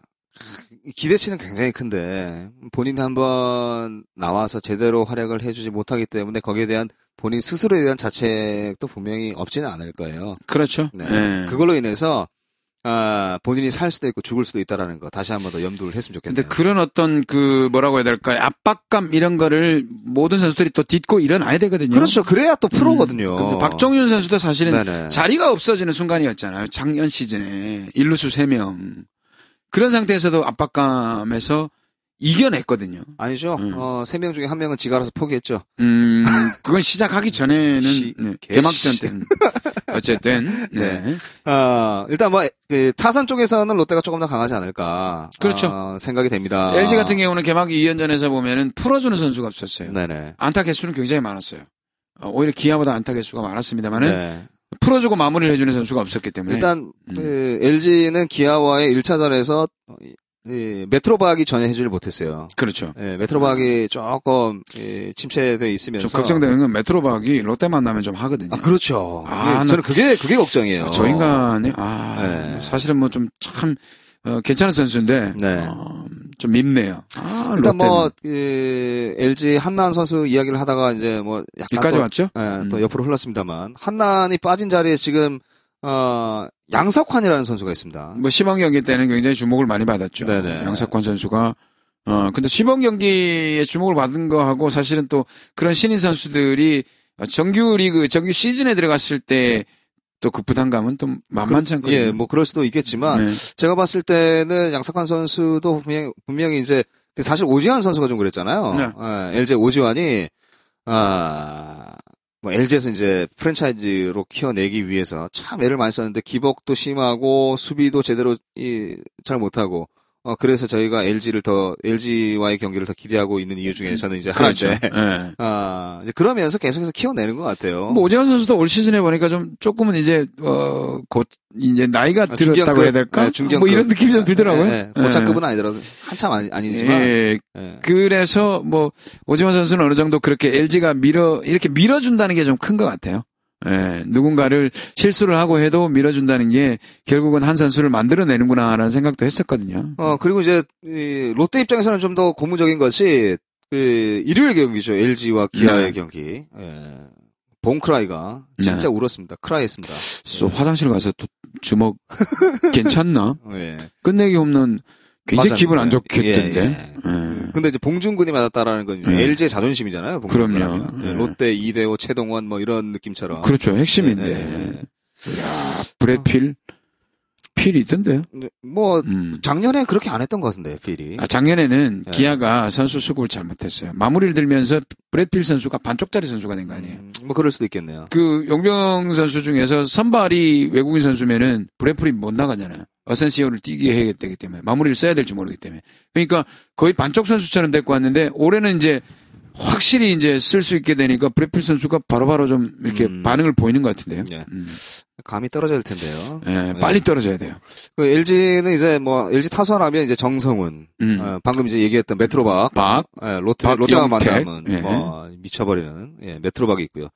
기대치는 굉장히 큰데 본인이 한번 나와서 제대로 활약을 해주지 못하기 때문에 거기에 대한 본인 스스로에 대한 자책도 분명히 없지는 않을 거예요. 그렇죠. 네. 예. 그걸로 인해서 아, 본인이 살 수도 있고 죽을 수도 있다라는 거 다시 한 번 더 염두를 했으면 근데 좋겠네요. 그런 어떤 그 뭐라고 해야 될까요? 압박감 이런 거를 모든 선수들이 또 딛고 일어나야 되거든요. 그렇죠. 그래야 또 음, 프로거든요. 근데 박정윤 선수도 사실은 네네. 자리가 없어지는 순간이었잖아요. 작년 시즌에 일루수 3명. 그런 상태에서도 압박감에서 이겨냈거든요. 아니죠. 음. 어, 세 명 중에 한 명은 지가 알아서 포기했죠. 음, 그건 시작하기 전에는 씨, 네, 개씨. 개막전 때는 어쨌든 네. 아, 일단 뭐, 그, 타선 쪽에서는 롯데가 조금 더 강하지 않을까. 그렇죠. 아, 생각이 됩니다. LG 같은 경우는 개막 2연전에서 보면은 풀어주는 선수가 없었어요. 네네. 안타 개수는 굉장히 많았어요. 어, 오히려 기아보다 안타 개수가 많았습니다만은 네. 풀어주고 마무리를 해주는 선수가 없었기 때문에 일단, 음. 그, LG는 기아와의 1차전에서, 메트로 박이 전혀 해주질 못했어요. 그렇죠. 예, 메트로 박이 조금, 예, 침체돼 있으면서. 좀 걱정되는 건 메트로박이 롯데 만나면 좀 하거든요. 아, 그렇죠. 아, 예, 나- 저는 그게, 그게 걱정이에요. 저 인간이 아 어. 네. 사실은 뭐 좀 참 어, 괜찮은 선수인데 네. 어, 좀 밉네요. 아, 일단 롯데는. 뭐, 예, LG 한나은 선수 이야기를 하다가 이제 뭐, 약간. 여기까지 또 왔죠? 예, 또 음. 옆으로 흘렀습니다만 한난이 빠진 자리에 지금 어, 양석환이라는 선수가 있습니다. 뭐 시범 경기 때는 굉장히 주목을 많이 받았죠. 네네. 양석환 선수가 어 근데 시범 경기에 주목을 받은 거하고 사실은 또 그런 신인 선수들이 정규 리그 정규 시즌에 들어갔을 때 또 그 부담감은 또 만만치 않거든요. 예, 뭐 그럴 수도 있겠지만 네. 제가 봤을 때는 양석환 선수도 분명히, 분명히 이제 그 사실 오지환 선수가 좀 그랬잖아요. 네. 예, LG 오지환이 아, 뭐 LG에서 이제 프랜차이즈로 키워내기 위해서 참 애를 많이 썼는데 기복도 심하고 수비도 제대로 이, 잘 못하고 어, 그래서 저희가 LG를 더 LG와의 경기를 더 기대하고 있는 이유 중에 저는 이제 그렇죠. 하나인데 예. 아, 이제 그러면서 계속해서 키워내는 것 같아요. 뭐 오재환 선수도 올 시즌에 보니까 좀 조금은 이제 어곧 이제 나이가 아, 들었다고 중견급. 해야 될까? 네, 중견급. 뭐 이런 느낌이 좀 들더라고요. 네. 예, 예. 고차급은 아니더라도 한참 아니, 아니지만. 예. 예, 그래서 뭐 오지원 선수는 어느 정도 그렇게 LG가 밀어 이렇게 밀어준다는 게 좀 큰 것 같아요. 예, 누군가를 실수를 하고 해도 밀어준다는 게 결국은 한 선수를 만들어내는구나라는 생각도 했었거든요. 어 그리고 이제 이 롯데 입장에서는 좀 더 고무적인 것이 그 일요일 경기죠. LG와 기아의 네. 경기. 예. 본크라이가 진짜 울었습니다. 크라이했습니다. 소 화장실 가서 또 주먹 괜찮나? 예. 끝내기 홈런 굉장히 맞았는데. 기분 안 좋겠던데. 예, 예. 근데 이제 봉준군이 맞았다라는 건 이제 네. LG의 자존심이잖아요. 봉준군이라면. 그럼요. 예, 네. 롯데 이대호, 최동원 뭐 이런 느낌처럼. 그렇죠. 핵심인데. 예, 예, 예. 브레필 필이 있던데요. 뭐 음. 작년에 그렇게 안 했던 것 같은데 필이. 아, 작년에는 네. 기아가 선수 수급을 잘못했어요. 마무리를 들면서 브래필 선수가 반쪽짜리 선수가 된 거 아니에요. 음, 뭐 그럴 수도 있겠네요. 그 용병 선수 중에서 선발이 외국인 선수면은 브래필이 못 나가잖아요. 어센시오를 뛰게 해야 되기 때문에 마무리를 써야 될지 모르기 때문에. 그러니까 거의 반쪽 선수처럼 데리고 왔는데 올해는 이제 확실히 이제 쓸 수 있게 되니까 브래필 선수가 바로바로 좀 이렇게 음. 반응을 보이는 것 같은데요. 예. 음. 감이 떨어질 텐데요. 예, 빨리 떨어져야 돼요. 그 LG는 이제 뭐 LG 타선하면 이제 정성훈, 음. 어, 방금 이제 얘기했던 메트로박, 박, 예, 롯데 박영택. 롯데와 만남은 예. 뭐 미쳐버리는 예, 메트로박이 있고요.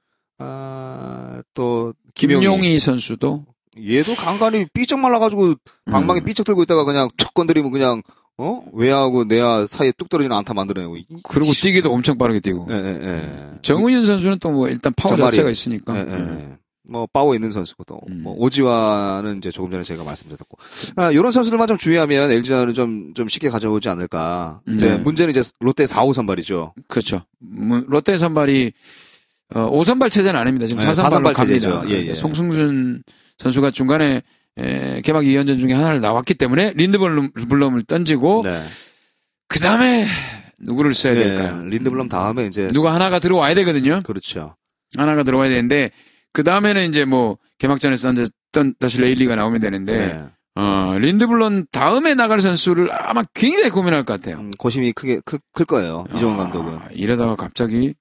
아, 또 김용희. 김용희 선수도 얘도 간간히 삐쩍 말라가지고 방망이 음. 삐쩍 들고 있다가 그냥 툭 건드리면 그냥 어 외야하고 내야 사이에 뚝 떨어지는 안타 만들어내고. 이- 그리고 뛰기도 엄청 빠르게 뛰고. 예, 예, 예. 정우윤 선수는 또 뭐 일단 파워 정말이에요. 자체가 있으니까. 예, 예, 예. 뭐 파워 있는 선수고 또 아, 음. 뭐, 오지와는 이제 조금 전에 제가 말씀드렸고 아, 이런 선수들만 좀 주의하면 LG는 좀, 좀 쉽게 가져오지 않을까. 이제 네. 문제는 이제 롯데 4호 선발이죠. 그렇죠. 뭐, 롯데 선발이 어, 5선발 체제는 아닙니다. 지금 네, 4선발로 사선발 체제죠. 갑니다. 네, 예, 예. 송승준 선수가 중간에 에, 개막 2연전 중에 하나를 나왔기 때문에 린드블럼을 던지고 네. 그 다음에 누구를 써야 네, 어? 될까요? 린드블럼 다음에 이제 누가 하나가 들어와야 되거든요. 그렇죠. 하나가 들어와야 되는데 그 다음에는 이제 뭐 개막전에서 던졌던 다시 레일리가 나오면 되는데 네. 어, 린드블럼 다음에 나갈 선수를 아마 굉장히 고민할 것 같아요. 음, 고심이 크게 클, 클 거예요. 음, 이종원 아, 감독은. 이러다가 갑자기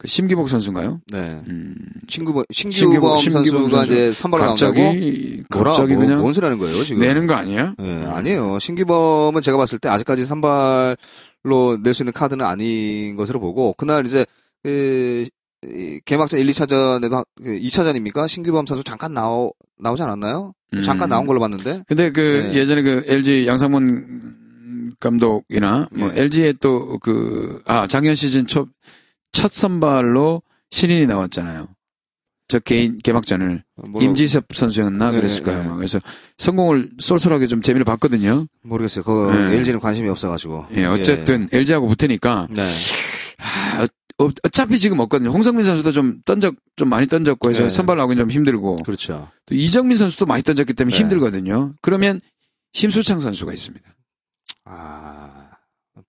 그 심기복 선수인가요? 네. 음, 신규범, 신규범 신규범 신규범 선수가 선수. 이제 선발로 나온다고 갑자기 뭐라 갑자기 뭐, 그냥 네. 뭔 소리 하는 거예요, 지금? 내는 거 아니야? 예, 아니에요. 신기범은 제가 봤을 때 아직까지 선발로 낼 수 있는 카드는 아닌 것으로 보고 그날 이제 그, 이 개막전 1, 2차전에도 2차전입니까? 신기범 선수 잠깐 나오 나오지 않았나요? 음. 잠깐 나온 걸로 봤는데. 근데 그 네. 예전에 그 LG 양상문 감독이나 뭐 예. LG의 또 그 아 작년 시즌 첫, 첫 선발로 신인이 나왔잖아요. 저 개인 개막전을 모르, 임지섭 선수였나 네, 그랬을까요? 네. 막 그래서 성공을 쏠쏠하게 좀 재미를 봤거든요. 모르겠어요. 그거 네. LG는 관심이 없어가지고. 예, 어쨌든 LG하고 붙으니까 예. 네. 하, 어, 어- 어차피 지금 없거든요. 홍성민 선수도 좀 던적 좀 많이 던졌고 해서 네. 선발 나오긴 좀 힘들고 그렇죠. 또 이정민 선수도 많이 던졌기 때문에 네. 힘들거든요. 그러면 심수창 선수가 있습니다. 아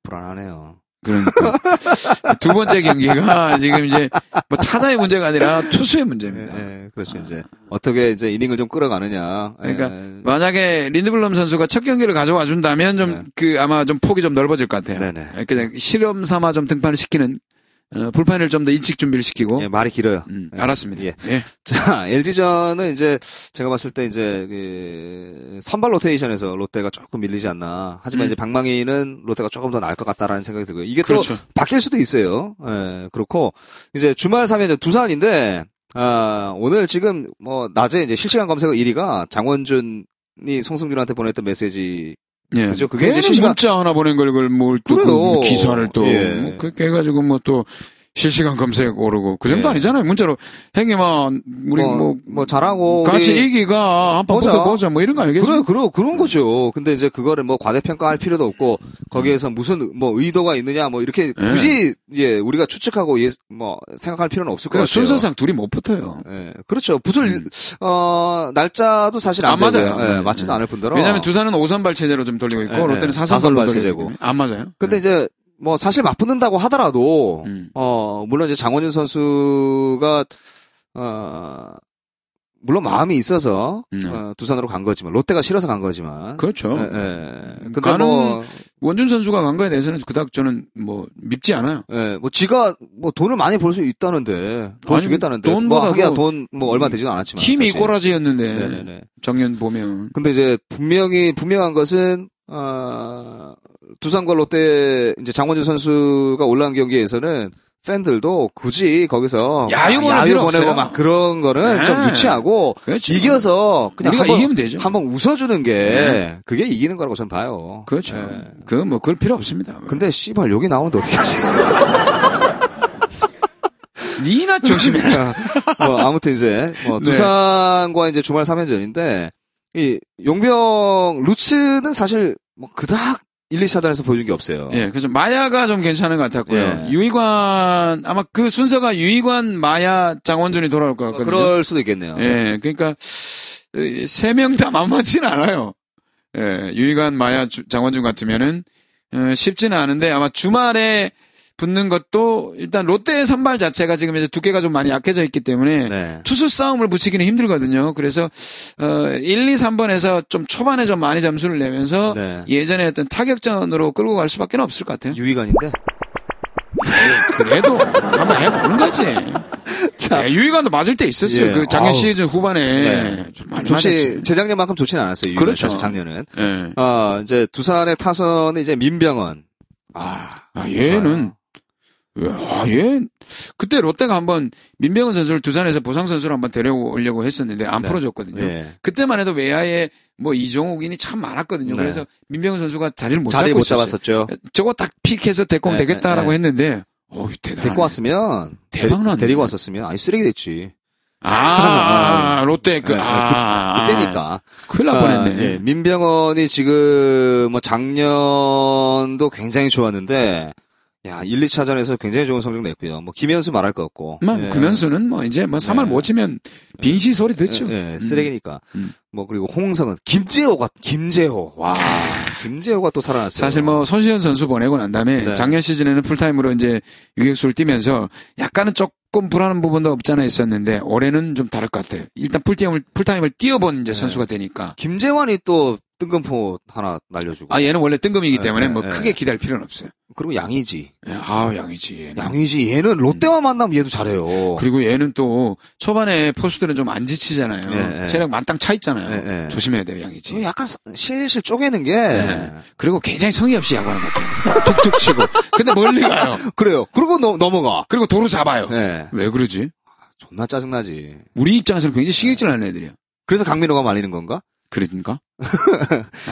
불안하네요. 그러니까 두 번째 경기가 지금 이제 뭐 타자의 문제가 아니라 투수의 예, 문제입니다. 예, 그렇죠. 이제 어떻게 이제 이닝을 좀 끌어가느냐. 예. 그러니까 만약에 린드블럼 선수가 첫 경기를 가져와 준다면 좀 네. 그 아마 좀 폭이 좀 넓어질 것 같아요. 예, 네네. 그냥 실험 삼아 좀 등판을 시키는 어, 불판을 좀 더 일찍 준비를 시키고 예, 말이 길어요. 음, 예. 알았습니다. 예. 예. 자, LG전은 이제 제가 봤을 때 이제 그 선발 로테이션에서 롯데가 조금 밀리지 않나. 하지만 음. 이제 박망희는 롯데가 조금 더 나을 것 같다라는 생각이 들고요. 이게 그렇죠. 또 바뀔 수도 있어요. 예, 그렇고 이제 주말 3연전 두산인데 아, 오늘 지금 뭐 낮에 이제 실시간 검색어 1위가 장원준 이 송승준한테 보냈던 메시지 예. 그죠? 그게 이제 괜히 시간- 문자 하나 보낸 걸 그걸 뭘 또, 그래요. 그 기사를 또, 예. 뭐 그렇게 해가지고 뭐 또, 실시간 검색 오르고, 그 정도 예. 아니잖아요. 문자로, 행님아, 우리 뭐, 뭐, 뭐 잘하고 같이 우리- 이기가 한판 보자. 붙어보자, 뭐 이런 거 그래, 아니겠어요? 그런, 그런 거죠. 근데 이제 그거를 뭐 과대평가할 필요도 없고, 거기에서 무슨, 의- 뭐, 의도가 있느냐, 뭐, 이렇게 예. 굳이, 예, 우리가 추측하고, 예, 뭐, 생각할 필요는 없을 것 그래, 같아요. 그러니까 순서상 둘이 못 붙어요. 예, 그렇죠. 붙을, 어, 날짜도 사실 안, 안 되고요. 맞아요. 예, 맞지도 예. 않을 뿐더러. 왜냐면 두산은 오선발 체제로 좀 돌리고 있고, 예, 예. 롯데는 사선발 사선발 돌리고 체제고. 있고. 안 맞아요. 근데 예. 이제, 뭐, 사실 맞붙는다고 하더라도, 음. 어, 물론 이제 장원준 선수가, 어, 물론 마음이 있어서, 음. 어, 두산으로 간 거지만, 롯데가 싫어서 간 거지만. 그렇죠. 예, 예. 근데 가는- 뭐, 원준 선수가 간 거에 대해서는 그닥 저는 뭐, 밉지 않아요. 예, 뭐 지가 뭐 돈을 많이 벌 수 있다는데 돈 아니, 주겠다는데 뭐 돈보다도 음, 하기야 돈 뭐 얼마 되지도 않았지만 팀이 사실. 꼬라지였는데, 네네네. 작년 보면. 근데 이제 분명히 분명한 것은 아 두산과 롯데 이제 장원준 선수가 올라온 경기에서는 팬들도 굳이 거기서 야유 보낼 막 필요 보내고 없어요. 막 그런 거는 네. 좀 유치하고 그렇죠. 이겨서 그냥 우리가 한번, 이기면 되죠. 한번 웃어주는 게 네. 그게 이기는 거라고 저는 봐요. 그렇죠. 예. 그 뭐 그럴 필요 없습니다. 근데 씨발 여기 나오는데 어떻게 하지? 니나 조심해. 뭐 아무튼 이제 뭐 네. 두산과 이제 주말 3연전인데 이 용병 루츠는 사실 뭐 그닥 1, 2차전에서 보여준 게 없어요. 예, 그래서 마야가 좀 괜찮은 것 같았고요. 그러니까. 예. 유이관 아마 그 순서가 유이관 마야 장원준이 돌아올 것 같거든요. 그럴 수도 있겠네요. 예, 그러니까 어, 세 명 다 만만치는 않아요. 예, 유이관 마야 주- 장원준 같으면은 어, 쉽지는 않은데 아마 주말에 붙는 것도 일단 롯데 선발 자체가 지금 이제 두께가 좀 많이 약해져 있기 때문에 네. 투수 싸움을 붙이기는 힘들거든요. 그래서 어 1, 2, 3번에서 좀 초반에 좀 많이 점수를 내면서 네. 예전에 어떤 타격전으로 끌고 갈 수밖에 없을 것 같아요. 유희관인데. 그래도 한번 해보는 거지. 예, 유희관도 맞을 때 있었어요. 예. 그 작년 아우. 시즌 후반에 네. 좀 많이 좋지 맞았지. 재작년만큼 좋지는 않았어요. 유희관 그렇죠. 사실 작년은. 예. 아 이제 두산의 타선은 이제 민병헌. 아, 아, 얘는 아, 얘 그때 롯데가 한번 민병헌 선수를 두산에서 보상 선수로 한번 데려오려고 했었는데 안 네. 풀어줬거든요. 예. 그때만 해도 외야에 뭐 이종욱인이 참 많았거든요. 네. 그래서 민병헌 선수가 자리를 못 자리 잡고 못 있었어요. 잡았었죠. 저거 딱 픽해서 대공 네, 되겠다라고 네, 했는데 어우 대단. 데리고 왔으면 아, 네. 대박 데리- 났네. 데리고 왔었으면 아니 쓰레기 됐지. 아, 아, 롯데 그 네, 아, 그때니까. 큰일 날 뻔했네. 아, 예. 민병헌이 지금 뭐 작년도 굉장히 좋았는데 야 1, 2차전에서 굉장히 좋은 성적 냈고요. 뭐 김현수 말할 것 없고. 만 예. 금연수는 뭐 이제 뭐 3할 네. 못 치면 빈시 소리 듣죠. 예, 예, 쓰레기니까. 음. 뭐 그리고 홍성은 김재호가 김재호 와 김재호가 또 살아났어요. 사실 뭐 손시현 선수 보내고 난 다음에 네. 작년 시즌에는 풀타임으로 이제 유격수를 뛰면서 약간은 조금 불안한 부분도 없잖아 있었는데 올해는 좀 다를 것 같아요. 일단 풀타임을 풀타임을 뛰어본 네. 이제 선수가 되니까. 김재환이 또 뜬금포 하나 날려주고. 아 얘는 원래 뜬금이기 네, 때문에 네, 뭐 네. 크게 기대할 필요는 없어요. 그리고 양이지. 예, 아 양이지. 얘는. 양이지 얘는 롯데와 만나면 얘도 잘해요. 음. 그리고 얘는 또 초반에 포수들은 좀 안 지치잖아요. 예, 예. 체력 만땅 차 있잖아요. 예, 예. 조심해야 돼요, 양이지. 지금 약간 실실 쪼개는 게 네. 그리고 굉장히 성의 없이 야구하는 것 같아요. 툭툭 치고. 근데 멀리 가요. 그래요. 그리고 넘- 넘어가. 그리고 도로 잡아요. 예. 왜 그러지? 존나 짜증나지. 우리 입장에서는 굉장히 신경질 나는 애들이야. 그래서 강민호가 말리는 건가? 그러니까?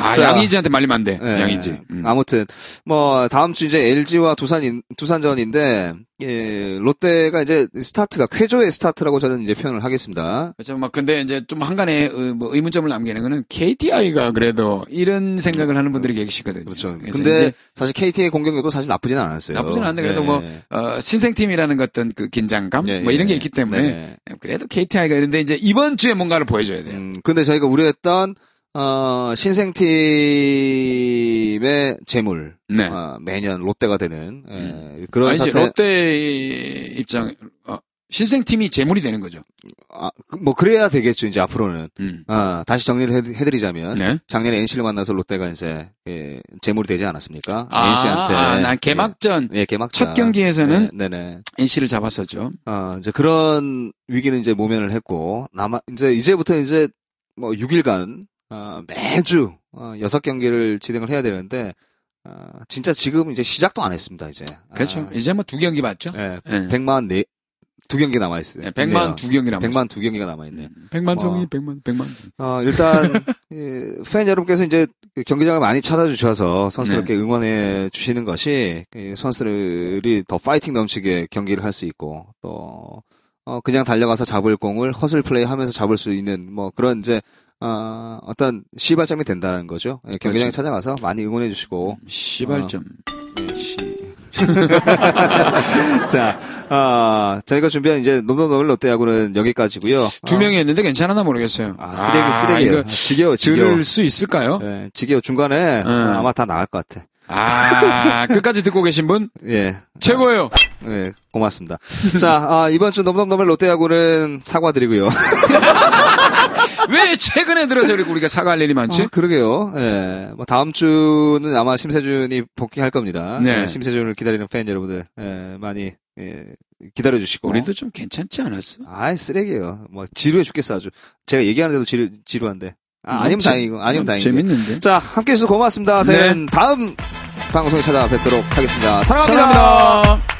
아, 자. 양이지한테 말리면 안 돼. 예. 양이지. 음. 아무튼 뭐 다음 주 이제 LG와 두산 두산전인데 예, 롯데가 이제 스타트가 쾌조의 스타트라고 저는 이제 표현을 하겠습니다. 그렇죠. 막 근데 이제 좀 한간에 의- 뭐 의문점을 남기는 거는 KTI가 그래도 이런 생각을 하는 분들이 계시거든요. 그렇죠. 그래서 근데 이제 사실 KT의 공격력도 사실 나쁘진 않았어요. 네. 나쁘진 않은데 그래도 뭐 어, 신생팀이라는 어떤 그 긴장감 예, 뭐 이런 예. 게 있기 때문에 네. 그래도 KTI가 이런데 이제 이번 주에 뭔가를 보여줘야 돼요. 음, 근데 저희가 우려했던 어, 신생팀의 재물 네. 어, 매년 롯데가 되는 예, 음. 그런 아니, 이제 사태 롯데 입장 어, 신생팀이 재물이 되는 거죠. 아, 그- 뭐 그래야 되겠죠 이제 앞으로는 음. 아, 다시 정리를 해- 해드리자면 네. 작년에 NC를 만나서 롯데가 이제 예, 재물이 되지 않았습니까? 아, NC한테 아, 난 개막전 예, 개막 첫 경기에서는 네, 네네. NC를 잡았었죠. 아, 이제 그런 위기는 이제 모면을 했고, 남아, 이제, 이제부터 이제, 뭐, 6일간, 아, 매주, 어, 6경기를 진행을 해야 되는데, 아, 진짜 지금 이제 시작도 안 했습니다, 이제. 아, 그렇죠. 이제 뭐 두 경기 맞죠? 예, 네. 104, 두 경기 남아있어요. 네, 백만 두 경기 네, 남았어요. 100만 두 경기가 남아있네요. 백만 성이, 백만 백만. 어, 일단, 예, 팬 여러분께서 이제 그 경기장을 많이 찾아주셔서 선수들께 네. 응원해 주시는 것이 이 선수들이 더 파이팅 넘치게 경기를 할 수 있고 또, 어, 그냥 달려가서 잡을 공을 허슬 플레이 하면서 잡을 수 있는 뭐 그런 이제, 어, 어떤 시발점이 된다는 거죠. 예, 경기장에 그렇죠. 찾아가서 많이 응원해 주시고. 아. 시발점. 음. 자, 아, 저희가 준비한 이제 놈놈놈을 롯데야구는 여기까지고요 두 어, 명이었는데 괜찮았나 모르겠어요. 아, 쓰레기, 쓰레기. 이거 아, 지겨워, 지겨워. 들을 수 있을까요? 예, 지겨워. 중간에 음. 어, 아마 다 나갈 것 같아. 아, 끝까지 듣고 계신 분 예. 최고예요. 네, 고맙습니다. 자, 아, 이번 주 넘넘넘의 롯데야구는 사과드리고요. 어? 왜 최근에 들어서 우리- 우리가 사과할 일이 많지? 아, 그러게요. 예. 뭐 다음 주는 아마 심세준이 복귀할 겁니다. 네. 예, 심세준을 기다리는 팬 여러분들 예, 많이 예, 기다려 주시고. 우리도 좀 괜찮지 않았어? 아이, 쓰레기예요. 뭐 지루해 죽겠어 아주. 제가 얘기하는데도 지루, 지루한데. 아, 아니면 뭐 재- 다행이고. 아니면 다행이고. 재밌는데. 네. 자, 함께 해 주셔서 고맙습니다. 저희는 다음 방송에 찾아뵙도록 하겠습니다 사랑합니다. 사랑합니다.